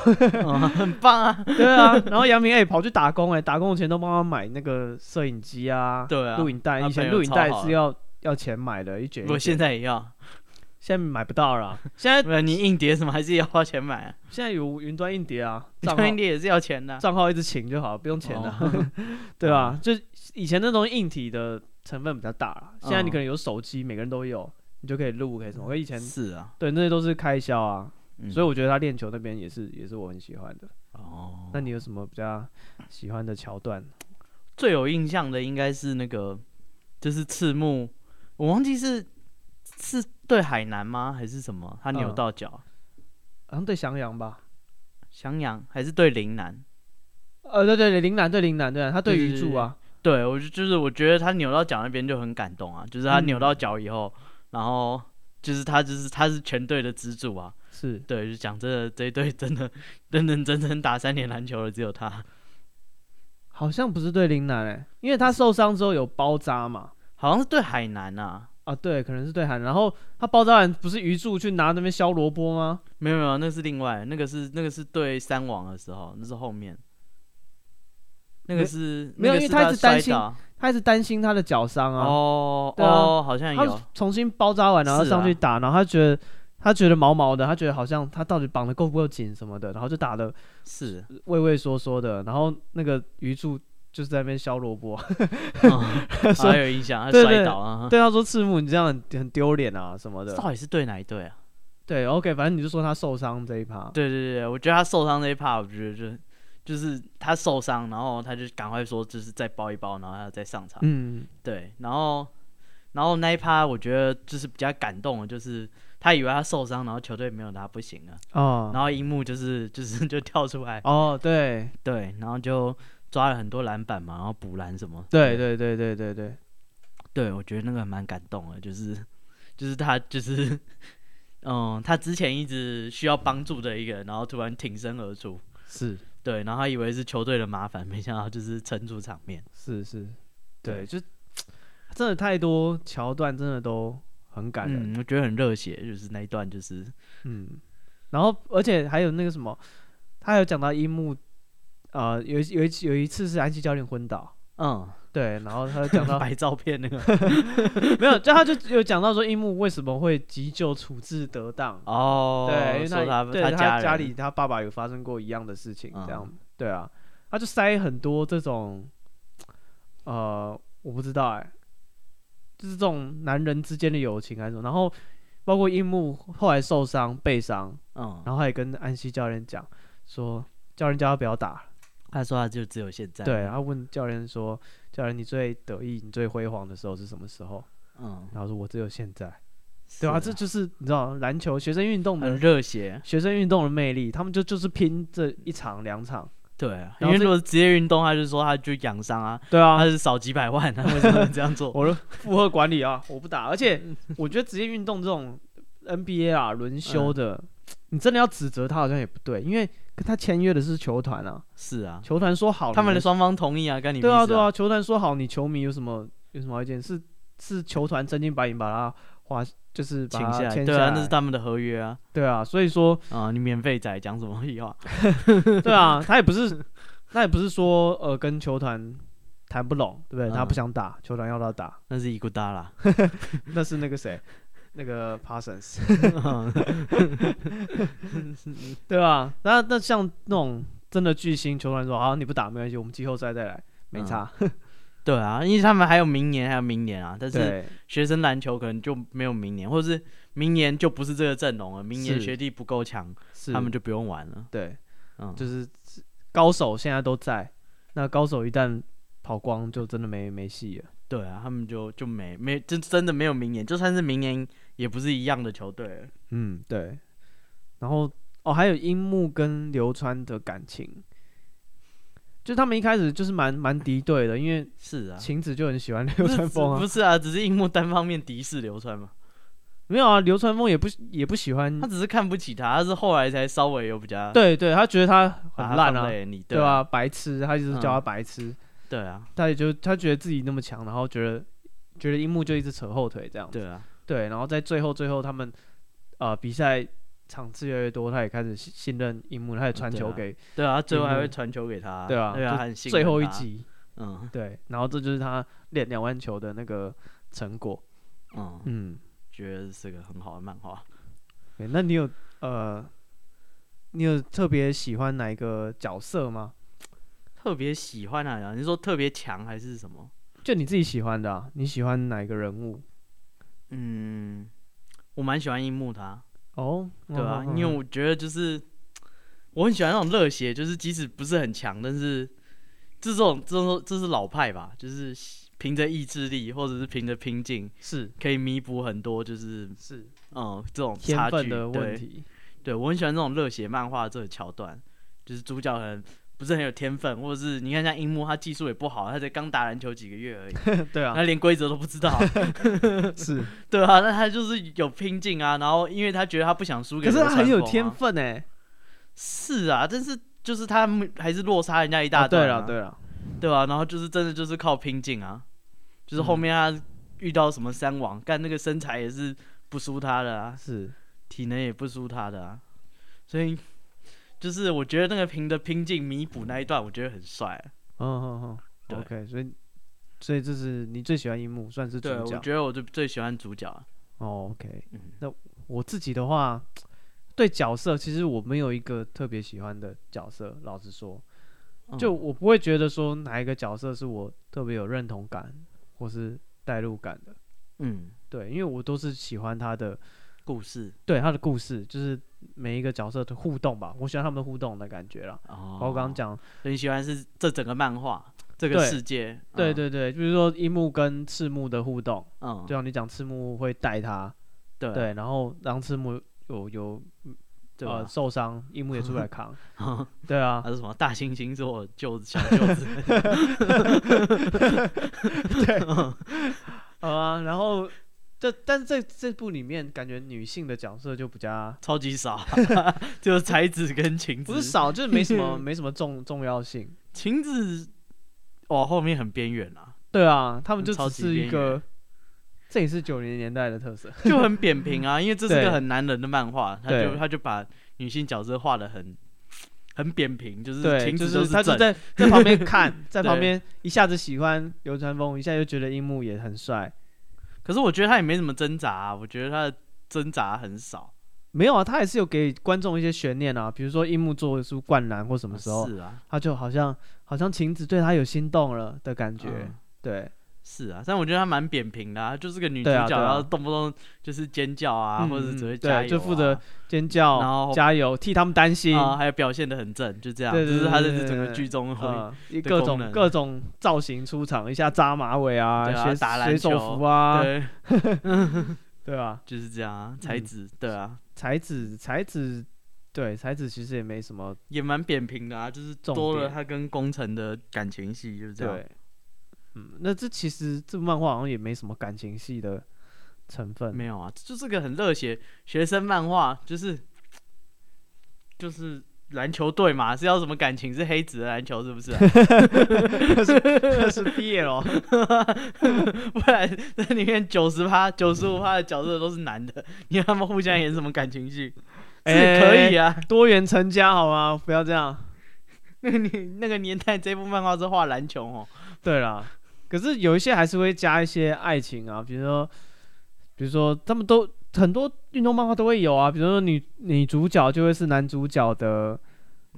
嗯很棒啊，
对啊，然后杨平哎、跑去打工哎、打工的钱都帮他买那个摄影机啊，
对啊
录影带，
他
以前
朋友
录影
超
带
好
是
的
要要钱买的，一卷一
我
卷，
现在
[LAUGHS]
也要，
现在买不到了
[LAUGHS]
啦，现在
不然你硬碟什么还是要花钱买啊，
现在有云端硬碟
[LAUGHS]
啊，账号
装硬碟也是要钱的啊，
账号一直请就好，不用钱的、
哦
[LAUGHS] 对啊，就是以前那种硬体的成分比较大啦，
哦
现在你可能有手机，每个人都有，你就可以录，可以什么，我以前
是啊，
对那些都是开销啊，
嗯
所以我觉得他练球那边也是也是我很喜欢的。
哦，
那你有什么比较喜欢的桥段？
最有印象的应该是那个，就是赤木，我忘记是是对海南吗还是什么？他扭
嗯
到脚，
好像对襄阳吧？
襄阳还是对陵南？
呃，对对对，陵南对陵南，对啊他对
对对
鱼柱啊，
对我就就是我觉得他扭到脚那边就很感动啊，就是他
嗯
扭到脚以后，然后就是他就是他是全队的支柱啊。
是
对，就讲真的，这一队真的认认真真打三年篮球的只有他，
好像不是对陵南哎、因为他受伤之后有包扎嘛。
好像是对海南啊。
啊，对，可能是对韩。然后他包扎完，不是鱼柱去拿那边削萝卜吗？
没有没有，那是另外，那个是那个是对三王的时候，那是后面，那个
没
是
没有
那
因
个
为
是
他一
他
直担
摔
心
倒
他一直担心他的脚伤啊。
哦
对啊
哦，好像
他
有，
重新包扎完，然后
是
上去
啊
打，然后他觉得他觉得毛毛的，他觉得好像他到底绑的够不够紧什么的，然后就打的 [LAUGHS]
是，
畏畏缩缩的。然后那个鱼柱就是在那边削萝卜，
[LAUGHS] 嗯
说
还有影响，他
对
摔
对
倒啊。
对他说：“赤木，你这样很很丢脸啊什么的。
到底是对哪一队啊？”
对，OK，反正你就说他受伤这一趴。
对对对，我觉得他受伤那一 part，我觉得就是就是他受伤，然后他就赶快说就是再包一包，然后他再上场。
嗯，
对，然后然后那一趴我觉得就是比较感动的，就是他以为他受伤，然后球队没有他不行啊了，
哦，
然后樱木就是就是 [LAUGHS] 就跳出来，
哦，对，
对，然后就抓了很多篮板嘛，然后补篮什么。
对，对，对，对，对，对，
对，我觉得那个蛮感动的，就是就是他就是嗯，他之前一直需要帮助的一个人，然后突然挺身而出，
是
对，然后他以为是球队的麻烦，没想到就是撑住场面。
是是，对，
对
就真的太多桥段，真的都很感人。
嗯，我觉得很热血，就是那一段就是
嗯然后而且还有那个什么，他有讲到樱木，呃，有一有一有一次是安西教练昏倒。
嗯，
对，然后他就讲
[LAUGHS]
到
摆照片
[LAUGHS]
那个
没有，就他就有讲到说樱木为什么会急救处置得当，
哦，
对，因为
说
他对
他
他
家人
里他爸爸有发生过一样的事情，这样、
嗯
对啊，他就塞很多这种，呃，我不知道哎、就是这种男人之间的友情还是什么，然后包括樱木后来受伤背伤，
嗯，
然后他也跟安西教练讲说，教练叫他不要打，
他说他就只有现在，
对，，然后问教练说，教练你最得意你最辉煌的时候是什么时候？
嗯，
然后说我只有现在，
是
对啊，这就是你知道篮球学生运动的
很热血，
学生运动的魅力，他们就就是拼这一场两场。
对，
后
因为
这
如果是职业运动，他就说他就养伤啊，
对啊
他，是少几
[LAUGHS]
百万啊，为什么这样做？
我的负荷管理啊，我不打。而
[LAUGHS]
且我觉得职业运动这种 NBA 啊轮休的，
嗯
你真的要指责他好像也不对，因为跟他签约的是球团啊，
是啊，
球团说好，
他们
你
的双方同意啊，跟你
对啊
屁事
对啊，，球团说好，你球迷有什么有什么意见？是是球团真金白银把他花，就是把
请
他
下来，
签
对啊，那是
来
他们的合约啊， [LAUGHS]
对啊，所以说
啊，你免费仔讲什么屁话？
对啊，他也不是那也不是说呃跟球团谈不拢，对不对？他不
嗯
想打，球团要他
[LAUGHS]
打，
那是伊古达啦，
那是那个谁，那个 Parsons，对吧？那那像那种真的巨星，球团说好你不打没关系，我们季后赛再来，没
嗯
差。
对啊，因为他们还有明年，还有明年啊，但是
对，
学生篮球可能就没有明年，或者是明年就不是这个阵容了，明年
是
学弟不够强，
是
他们就不用玩了。
对，
嗯，
就是高手现在都在，那高手一旦跑光，就真的没没戏了。
对啊，他们就就没没真真的没有明年，就算是明年也不是一样的球队了。
嗯，对。然后哦，还有樱木跟流川的感情，就他们一开始就是蛮蛮敌对的，因为
是啊，
晴子就很喜欢
[LAUGHS] 不
流
是
川枫
不
啊，嗯
是啊，只是樱木单方面敌视流川嘛，
没有啊，流川枫也不也不喜欢
他，只是看不起他，他是后来才稍微有比较
对对，他觉得他
把
很
他
烂
放
啊
在，眼里，
对
啊，
啊，白痴，他一直叫他白痴，
对啊，
他也就他觉得自己那么强，然后觉得觉得樱木就一直扯后腿这样子，
对啊，
对，然后在最后最后他们呃比赛场次越来越多，他也开始信信任樱木，他也传
对
球
啊
给
对啊，最后还
樱木
会传球给他，
对啊
对
就
啊，很信
最
任
后一
他，
集，
嗯
对，然后这就是他练两万球的那个成果。
嗯，
嗯，
觉得是个很好的漫画。
对那你有呃，你有特别喜欢哪一个角色吗？
特别喜欢啊，你是说特别强还是什么？
就你自己喜欢的、啊，你喜欢哪一个人物？
嗯，我蛮喜欢樱木的啊、
哦，
对啊，
嗯
因为我觉得就是我很喜欢那种热血，就是即使不是很强，但是这种这种这是老派吧，就是凭着意志力或者是凭着拼劲，
是
可以弥补很多就是
是
嗯这种
天
差
分
距
的问
对
题，
对，我很喜欢这种热血漫画这个桥段，就是主角很不是很有天分，或者是你看像樱木，他技术也不好，他才刚打篮球几个
[LAUGHS]
月而已，
对啊
他，连规则都不知道，
哎是。
对啊，那他就是有拼劲啊，然后因为他觉得他不想输给
可是
流川
他
枫啊，
很有天分哎、
是啊，但是就是他们还是落差人家一大
啊对
段、
了
啊，
对了，
对吧、然后就是真的就是靠拼劲啊，就是后
嗯
面他遇到什么三王，干那个身材也是不输他的啊，
是
体能也不输他的啊，所以就是我觉得那个凭着拼劲弥补那一段，我觉得很帅啊、
嗯嗯嗯
对
，OK，所以所以这是你最喜欢樱木，算是主
对，我
角。
觉得我最最喜欢主角啊，
哦，OK，
嗯
那我自己的话，对角色其实我没有一个特别喜欢的角色，老实说，就
嗯
我不会觉得说哪一个角色是我特别有认同感或是代入感的，
嗯
对，因为我都是喜欢他的，
故事
对他的故事，就是每一个角色的互动吧，我喜欢他们的互动的感觉啦。
哦
包括刚刚，讲，
所以你喜欢是这整个漫画这个
对
世界，
对
嗯，
对对，比如说樱木跟赤木的互动，
嗯，
就像你讲赤木会带他，
对啊
对，啊然后让赤木有有
对
呃
吧？
受伤，樱木也出来 [LAUGHS] 扛，对 [LAUGHS] 啊
还，是什么大猩猩是我舅子小舅
[LAUGHS]
子，
好啊，然后这但是这这部里面感觉女性的角色就比较
超级少， [LAUGHS] 就是才子跟晴子，
不是少，就是没什么 [LAUGHS] 没什么重重要性。
晴子，哇，后面很边缘啊，
对啊，他们就
超
只
级
是一
边
个
缘，
这也是九零年代的特色。
就很扁
[LAUGHS]
平啊，因为这是
对
个很男人的漫画，他
对
就他就把女性角色画的很很扁平，就是
对，
晴
就
子都
他就
正，
在在旁边 [LAUGHS] 看，在
对
旁边一下子喜欢流川枫，一下又觉得樱木也很帅。
可是我觉得他也没什么挣扎、啊，我觉得他的挣扎很少，
没有啊，他也是有给观众一些悬念啊，比如说樱木做出灌篮或什么时候，
是啊，
他就好像好像晴子对他有心动了的感觉。
嗯
对，
是啊，但我觉得她蛮扁平的、啊，就是个女主
对啊对
角，
啊
然后动不动就是尖叫啊，
嗯
或者只
嗯
会
对
加油、啊
就负责尖
然
叫
后
加油，替他们担心。
啊，还有表现的很正，就这样，
对对
这是他
对
在
对
整个
对
剧中会
啊，一
的
各
功
种
能
各种造型出场，一下扎马尾啊，
对啊
学
打篮
水手
球
服啊，
对，
对吧？
就是这样啊，才
嗯
子，对啊，
才子才子，对才子其实也没什么
也蛮扁平的啊，就是
重
多了
点
他跟工程的感情戏，就是这样，
对，嗯，那这其实这部漫画好像也没什么感情戏的成分，
没有啊，这就是个很热血学生漫画，就是就是篮球队嘛，是要什么感情？是黑子的篮球是不是、啊？ [LAUGHS]
这是 [LAUGHS] BL，
不然这里面九十趴、九十五趴的角色都是男的，你让他们互相演什么感情戏？是可以
啊，
啊，
多元成家好吗？不要这样，
那个年那个年代，这部漫画是画篮球哦。
对啦，可是有一些还是会加一些爱情啊，比如说，比如说他们都很多运动漫画都会有啊，比如说女女主角就会是男主角的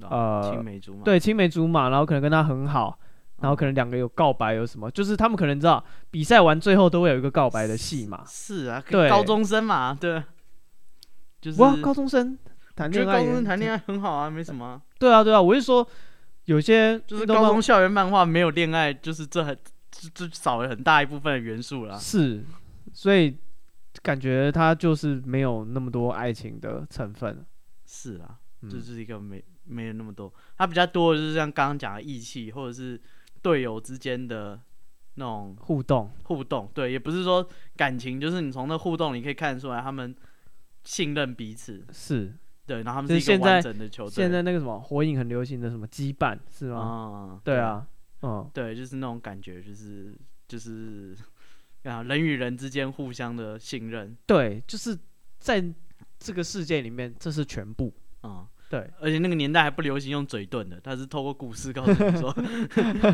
呃
啊青梅竹马。嗯
对青梅竹马，然后可能跟他很好，然后可能两个有告白有什么，就是他们可能知道比赛完最后都会有一个告白的戏嘛。
是啊，
对
高中生嘛，对，就是
哇，高中生谈
我觉
恋
得
爱
高
也，
中生谈恋爱很好啊，没什么啊、
对啊对啊，我是说有些
就是
运动漫
高中校园漫画没有恋爱，就是这很这这少了很大一部分的元素啦。
是，所以感觉他就是没有那么多爱情的成分。
是啊，
嗯
这是一个没没有那么多，它比较多的就是像刚刚讲的义气，或者是队友之间的那种
互动，
互动。对，也不是说感情，就是你从那互动你可以看得出来他们信任彼此，
是
对，然后他们
就是是
一个
现在
完整的球队。
现在那个什么火影很流行的什么羁绊是吗？
哦啊、
对，啊，嗯，
对，就是那种感觉，就是就是 [LAUGHS] 啊，人与人之间互相的信任，
对，就是在这个世界里面，这是全部。
啊、
对，
而且那个年代还不流行用嘴遁的，他是透过故事告诉你
[LAUGHS]
说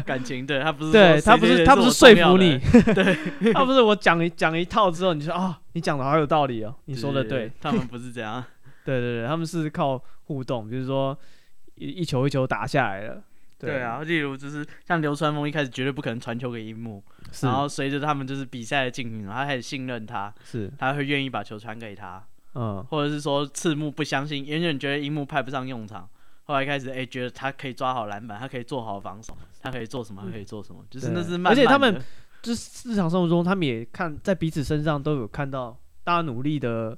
感情，对他不是
对
说
他
谁
不
谁谁
是
是
他不
我
是说
重要
服
的
你
人， [LAUGHS]
对， [LAUGHS] 他不是我讲一讲一套之后，你就说啊，你讲的好有道理哦，你说的对，，
他们不是
[LAUGHS]
这样，
对对对，他们是靠互动，比如说一一球一球打下来了，
对啊，，例如就是像流川枫一开始绝对不可能传球给樱木，
是
然后随着他们就是比赛的进行，他开始信任他，
是，
他会愿意把球传给他，
嗯，
或者是说赤木不相信，远远觉得樱木派不上用场，后来开始哎、诶觉得他可以抓好篮板，他可以做好防守，他可以做什么，他可以做什么，就是那
对
是慢慢
而且他
的
们就是日常生活中，他们也看在彼此身上都有看到大家努力的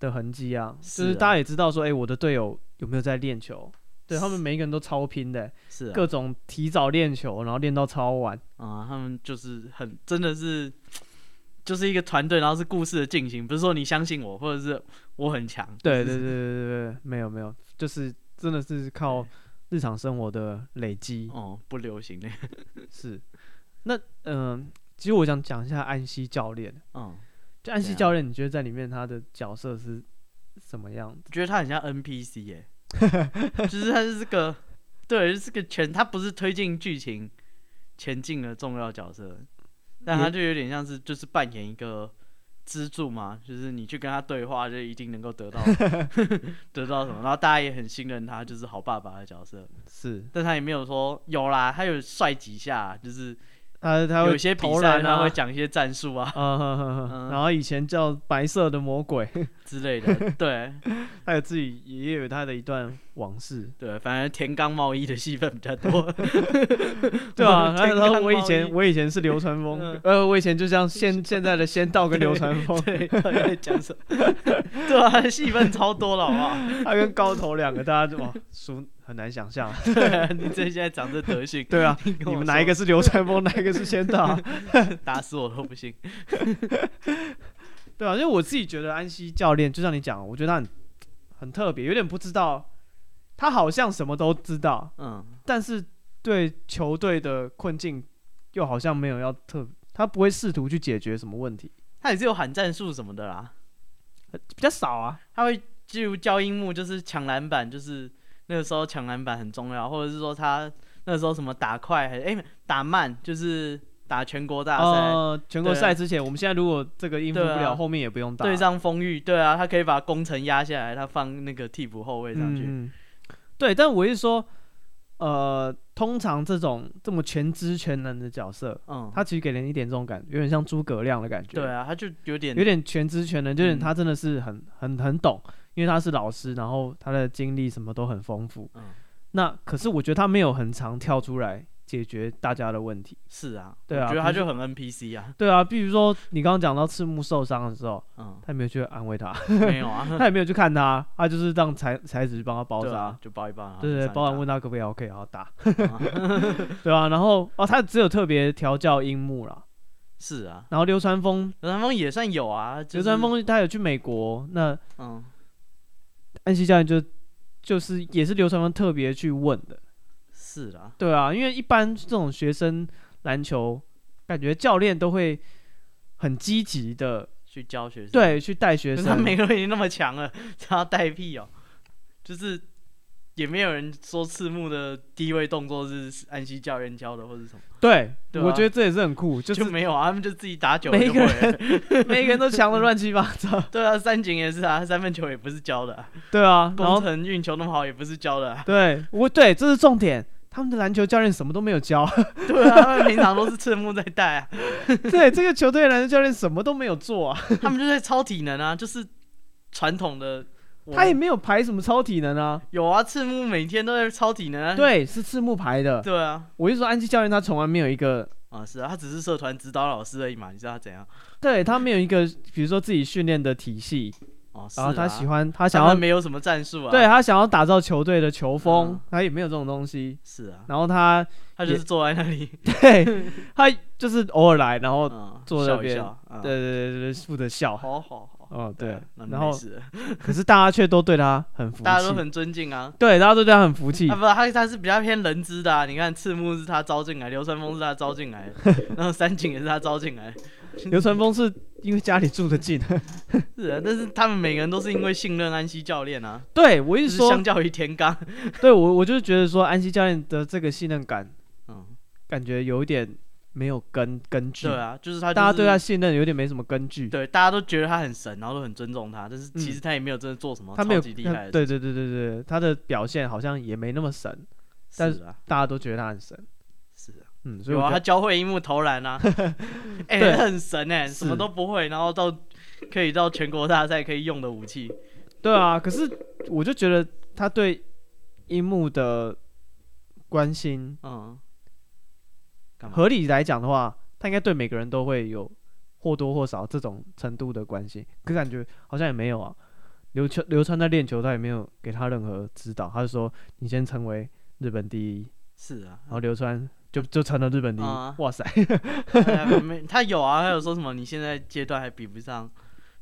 的痕迹啊，
是
就是
啊
大家也知道说，哎、我的队友有没有在练球？对他们每一个人都超拼的、
是啊
各种提早练球，然后练到超晚。
啊、他们就是很真的是就是一个团队，然后是故事的进行，不是说你相信我，或者是我很强，
对对对对对对，没有没有，就是真的是靠日常生活的累积。
哦、不流行那个，
是，那嗯、其实我想讲一下安西教练。
嗯，
就安
怎
西
样
教练，你觉得在里面他的角色是什么样
觉得他很像 NPC
[LAUGHS]
耶、就是他是个对，就是个全他不是推进剧情前进的重要角色，但他
也
就有点像是就是扮演一个支柱嘛，就是你去跟他对话就一定能够
[LAUGHS]
得到得到什么，然后大家也很信任他，就是好爸爸的角色，
是
但他也没有说有啦，他有帅几下，啊就是
他他会
有一些比
投
赛
篮
他
啊
会讲一些战术啊
[LAUGHS] 啊呵呵呵
嗯
然后以前叫白色的魔鬼， [LAUGHS]
之类的，对
他有自己也有他的一段往
[LAUGHS]
事，
对，反正田刚茂一的戏份比
[LAUGHS]
较多，
对啊，
田
然后
刚
我以
茂一
前 [LAUGHS] 我以前是流川枫
嗯，
呃，我以前就像
[LAUGHS]
现现在的仙道跟流川枫，
对，到底在讲什么？ [LAUGHS] 对啊，戏份超多了，好不好？
[LAUGHS]
[LAUGHS]
他跟高头两个，大家就哇，熟很难想
[LAUGHS]
象，
对啊，你这现在长这德行，
对啊，
跟我
你们哪一个是流川
[LAUGHS]
枫，哪一个是仙道啊？
说打死我都不信。
对啊，因为我自己觉得安西教练，就像你讲，我觉得他很很特别，有点不知道，他好像什么都知道，
嗯，
但是对球队的困境又好像没有要特，他不会试图去解决什么问题，
他也是有喊战术什么的啦，
比较少啊。
他会例如教樱木就是抢篮板，就是那个时候抢篮板很重要，或者是说他那时候什么打快还哎、打慢，就是打全国大赛。
呃，全国
对啊
赛之前，我们现在如果这个应付不
对
了，
啊
后面也不用打。
对上丰裕，对啊，他可以把工程压下来，他放那个替补后卫上去。
嗯，嗯对，但我是说，呃，通常这种这么全知全能的角色，
嗯，
他其实给人一点这种感觉，有点像诸葛亮的感觉。
对啊，他就有点
有点全知全能，就是
嗯
他真的是很很很懂，因为他是老师，然后他的经历什么都很丰富。
嗯
那可是我觉得他没有很常跳出来解决大家的问题。
是啊，
对啊
我觉得他
比如
就很 NPC 啊。
对啊，比如说你刚刚讲到赤木受伤的时候， [LAUGHS]
嗯，
他也没有去安慰他，
没有啊，
他也没有去看他，他就是让才才子去帮他包
对
扎
啊，。就包一包啊。
对对，
上一
包完
打
问他可不可以 OK，然后打，
啊
对啊，然后哦，他只有特别调教樱木啦，
[LAUGHS] 是啊，
然后流川枫，
流川枫也算有啊，就
流
是
川，枫他有去美国，那
嗯，
安西教练就就是也是流川枫特别去问的，
是啦，
对啊，因为一般这种学生篮球，感觉教练都会很积极的
去教学生，，
对去带学
可是
生，
[LAUGHS] 他每个人已经那么强了，他要带屁哦，就是也没有人说赤木的第一位动作是安西教练教的或者什么，
对，
对
我
啊
觉得这也是很酷，就
就是没有啊，他们就自己打球
每一
就会了。
个每个人都强的乱七八糟，
[LAUGHS] 对啊，三井也是啊，三分球也不是教的、啊，
[LAUGHS] 对啊，然
工
后
程运球那么好也不是教
[LAUGHS]
的、啊。
对我对这是重点，他们的篮球教练什么都没有教， [LAUGHS]
对啊，他们平常都是赤木在带啊，
对这个球队的篮球教练什么都没有做啊，
他们就在超体能啊，就是传统的我。
他也没有排什么超体能啊，
有啊，赤木每天都在超体能啊。
对，是赤木排的，
对啊，
我就说安西教练他从来没有一个，
啊是啊，他只是社团指导老师而已嘛，你知道他怎样？
对他没有一个，比如说自己训练的体系，
哦，是
然后他
啊
喜欢他
他
想
们
要，
没有什么战术啊。
对，他想要打造球队的球风，
嗯
他也没有这种东西，
是啊，
然后他 [LAUGHS]
他就是坐在那里，
对他就是偶尔来，然后
嗯，
坐在那
笑一
边
笑，嗯
对，对对对负责笑，
好好好。
哦对，
那
然
没
后
事了，
可是大家却都对他很服气，
大家都很尊敬啊。
对，大家都对他很服气
啊，，不，他他是比较偏人资的啊。你看，赤木是他招进来，流川枫是他招进来，然后三井也是他招进来。
流川枫是因为家里住得
[LAUGHS]
近，
是啊，但是他们每个人都是因为信任安西教练啊，
对我一
就
直
是
说
相，较于田
[LAUGHS]
刚，
对我我就是觉得说安西教练的这个信任感，
嗯，
感觉有一点没有根根据，
对啊，就是他、就是，
大家对他信任有点没什么根据，
对大家都觉得他很神，然后都很尊重他，但是其
嗯
实他也没有真的做什么
他没有
哦超
他
级厉害的，
对对对对对，他的表现好像也没那么神，但
是啊，
大家都觉得他很神，
是啊，
嗯，所以
有
我
啊，
觉
他
得
教会樱木投
[LAUGHS]
篮啊，哎、
对
他很神哎、什么
是
都不会，然后到可以到全国大赛可以用的武器，
对啊，可是我就觉得他对樱木的关心，
嗯，干嘛
合理来讲的话，他应该对每个人都会有或多或少这种程度的关心，可感觉好像也没有啊。刘川刘川在练球，他也没有给他任何指导，他就说你先成为日本第一，
是啊，
然后刘川就就成了日本第一，
啊
哇塞， [LAUGHS]
他没 [LAUGHS] 他有啊，他有说什么？你现在阶段还比不上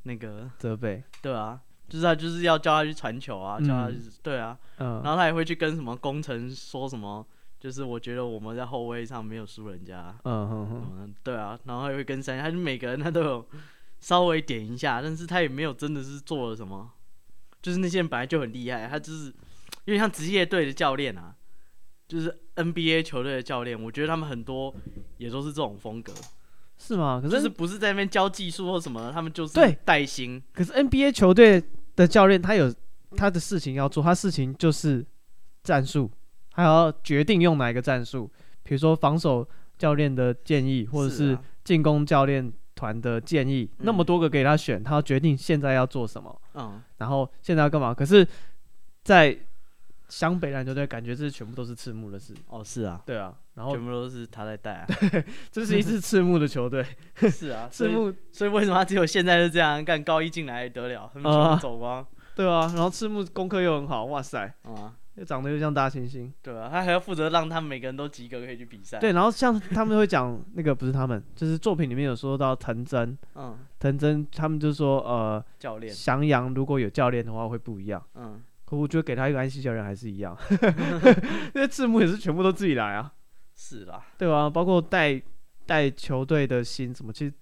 那个，
责备，
对啊，就是他就是要叫他去传球啊，
嗯
叫他去对啊，然
嗯，
后他也会去跟什么工程说什么，就是我觉得我们在后卫上没有输人家，
嗯哼哼，
嗯，对啊，然后他也会跟三，他就每个人他都有稍微点一下，但是他也没有真的是做了什么，就是那些人本来就很厉害，他就是有点像职业队的教练啊，就是 NBA 球队的教练，我觉得他们很多也都是这种风格。
是吗？可、
就是是不是在那边教技术或什么的，他们就是
对
带薪，
可是 NBA 球队的教练他有他的事情要做，他事情就是战术，还要决定用哪一个战术，比如说防守教练的建议，或者
是
是
啊
进攻教练团的建议，那么多个给他选，他要决定现在要做什么，
嗯，
然后现在要干嘛。可是，在湘北篮球队，感觉这全部都是赤木的事。
哦是啊，
对啊，然后
全部都是他在带
[LAUGHS]
啊，
这是一支赤木的球
[LAUGHS]
队，
是啊，所
赤
以
木
所以为什么他只有现在是这样？干高一进来还得了，他们全
啊
部走光
对啊，然后赤木功课又很好，哇塞，
嗯啊，
又长得又像大猩猩。
对啊，他还要负责让他们每个人都及格可以去比赛，，
对，然后像他们会讲那个不是他们，就是作品里面有说到藤 [LAUGHS] 真，
嗯，
藤真他们就说呃，
教练，
翔阳如果有教练的话会不一样。
嗯，
可我觉得给他一个安西教练还是一 [LAUGHS] 样，因为字幕也是全部都自己来啊，
是啦，
对吧、包括带带球队的心什么，其实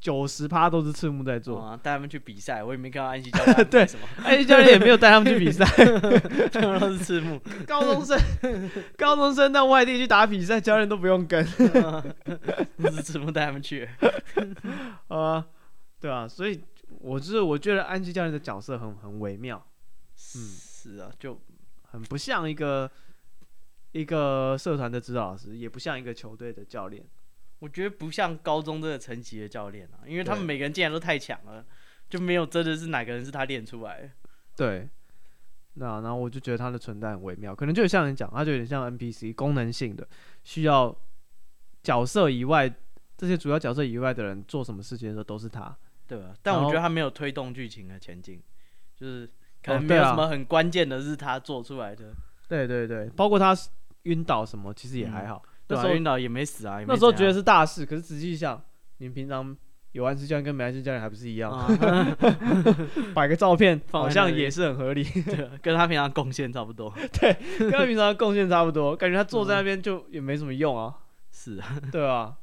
九十趴都是赤木在
嗯
做，
啊，带他们去比赛，我也没看到安
[LAUGHS]
西教练安排
对
什么，
安西教练也没有带他们去比赛，
全部都是赤木，
[LAUGHS]
[LAUGHS]
高中生 [LAUGHS] 高中生到外地去打比赛，教练都不用跟。
都是赤木带他们去，
啊，对啊，所以我就是我觉得安吉教练的角色很很微妙，嗯
是啊，就
很不像一个一个社团的指导老师，也不像一个球队的教练。
我觉得不像高中这个层级的教练啊，因为他们
对
每个人竟然都太强了，就没有真的是哪个人是他练出来的。
对，那然后我就觉得他的存在很微妙，可能就像你讲，他就有点像 NPC 功能性的，需要角色以外这些主要角色以外的人做什么事情的时候都是他。
对吧？但
然
我
后
觉得他没有推动剧情的前进，就是可
哦
能没
对
有
啊
什么很关键的是他做出来的。
对对对，包括他晕倒什么，其实也还
嗯
好。
对
那
啊
时候
晕倒也没死啊，也没
那时候
怎
觉得
样
是大事，可是仔细一想，你们平常有安西教练跟没安西教练还不是一样？
啊，
[LAUGHS] 摆个照片，
放
好
在
像
那里
也是很合理，
[LAUGHS] 对啊跟他平常贡献差不多。 [LAUGHS]
[LAUGHS] 跟他平常的贡献差不多。感觉他坐在那边就也没什么用啊，
是啊，
对啊。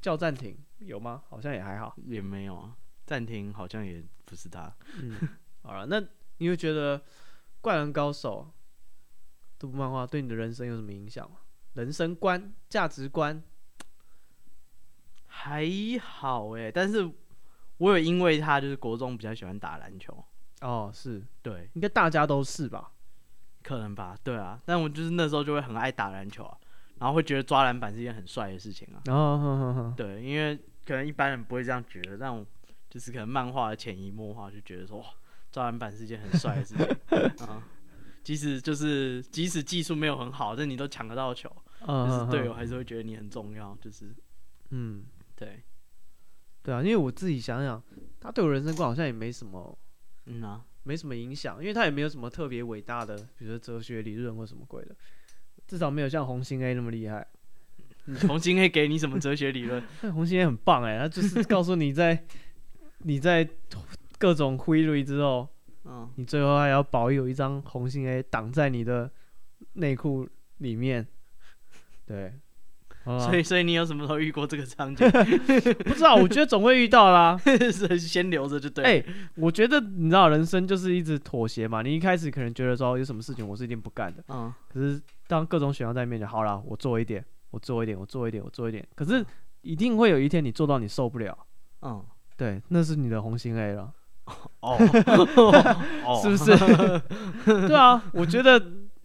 叫暂停有吗？好像也还好。
也没有啊，暂停好像也不是他。
嗯，好了，那你会觉得《灌篮高手》这部漫画对你的人生有什么影响吗？人生观、价值观，
还好哎、但是我有因为他就是国中比较喜欢打篮球，
哦，是，
对，
应该大家都是吧？ [LAUGHS]
可能吧，对啊，但我就是那时候就会很爱打篮球啊，然后会觉得抓篮板是一件很帅的事情啊，
哦，哼哼哼
对，因为可能一般人不会这样觉得，但我就是可能漫画的潜移默化就觉得说哇，抓篮板是一件很帅的事情啊，即使就是即使技术没有很好，但你都抢得到球，
嗯
就是哦
哼
队
哼
友还是会觉得你很重要，就是
嗯，
对，
对啊，因为我自己想想，他对我人生观好像也没什么
嗯啊，
没什么影响，因为他也没有什么特别伟大的，比如说哲学理论或什么鬼的，至少没有像红星 A 那么厉害。
你重新会给你什么哲学理论？ [LAUGHS]
但红星 A 很棒哎、他就是告诉你在 [LAUGHS] 你在各种挥泪之后， [LAUGHS]
嗯，
你最后还要保有一张红星 A 挡在你的内裤里面。对，好啦
所以所以你有什么时候遇过这个场景？ [LAUGHS]
不知道，我觉得总会遇到啦。
是先留着就 [LAUGHS] 对了。
哎、我觉得你知道，人生就是一直妥协嘛。你一开始可能觉得说有什么事情我是一定不干的，
嗯，
可是当各种选项在面前，好啦，我做一点，我做一点，我做一点，我做一点，可是一定会有一天你做到你受不了，
嗯，
对，那是你的红心 A 了，
[LAUGHS] 哦，
[LAUGHS] 是
哦，
不是？对啊，我觉得，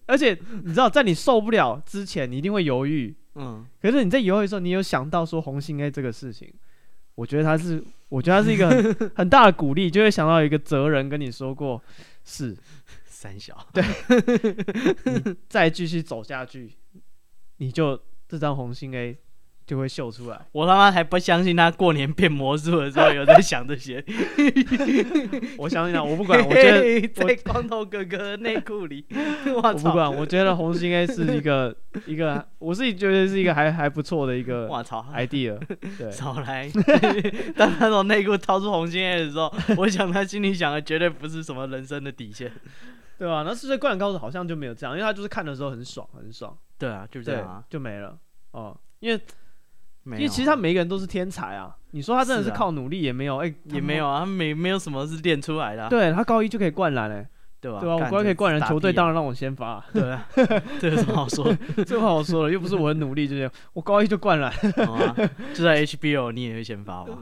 而且你知道，在你受不了之前，你一定会犹豫，
嗯，
可是你在犹豫的时候，你有想到说红心 A 这个事情，我觉得他是，我觉得他是一个很 [LAUGHS] 很大的鼓励，就会想到有一个哲人跟你说过，是
三小，
再继续走下去，你就这张红心 A 就会秀出来。
我他妈还不相信他过年变魔术的时候有在想这些。
我相信啊，我不管，我觉得我
在光头哥哥的内裤
[LAUGHS]
里，我
我不
操，
管，我觉得红星 A 是一个一个，我自己觉得是一个还还不错的一个
我操。 [LAUGHS]
idea。对，
少来！ [LAUGHS] 当他从内裤掏出红心 A
[LAUGHS]
的时候，我想他心里想的绝对不是什么人生的底线。
对啊，那是不是灌篮高手好像就没有这样，因为他就是看的时候很爽，很爽，
对啊，就这
对
样啊，，
就没了。哦，因为
因
因为其实他每一个人都是天才啊，你说他真的是
是啊
靠努力也没有，哎，
也没有。啊，他没没有什么是练出来的啊，
对他高一就可以灌篮哎，
对吧？
对啊，我
干
高一可以灌篮，
这是
球队
打
当然让我先发啊，
屁啊对啊，这有什么好
[LAUGHS]
说的？
这不好说了，又不是我很努力，就这样，我高一就灌篮。 [LAUGHS]
好啊就在 HBO 你也会先发吗？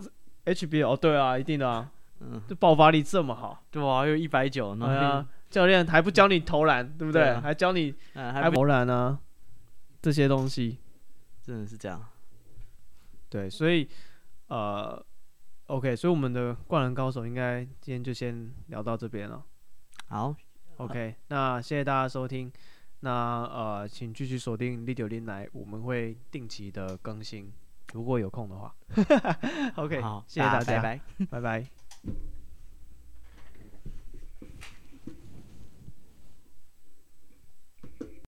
HBO 哦，对啊，一定的啊，
嗯，
这爆发力这么好，
对啊，又一百九，
哎
那
呀，教练还不教你投篮，对不
对
对？
啊
还教你
嗯，还
还
不
投篮啊，这些东西。
真的是这样，
对，所以呃，OK，所以我们的灌篮高手应该今天就先聊到这边了。
好，
OK，那谢谢大家收听。那呃，请继续锁定 Lidio 林来，我们会定期的更新，如果有空的话。OK， [LAUGHS]
好，
谢谢大家，
拜拜。
拜拜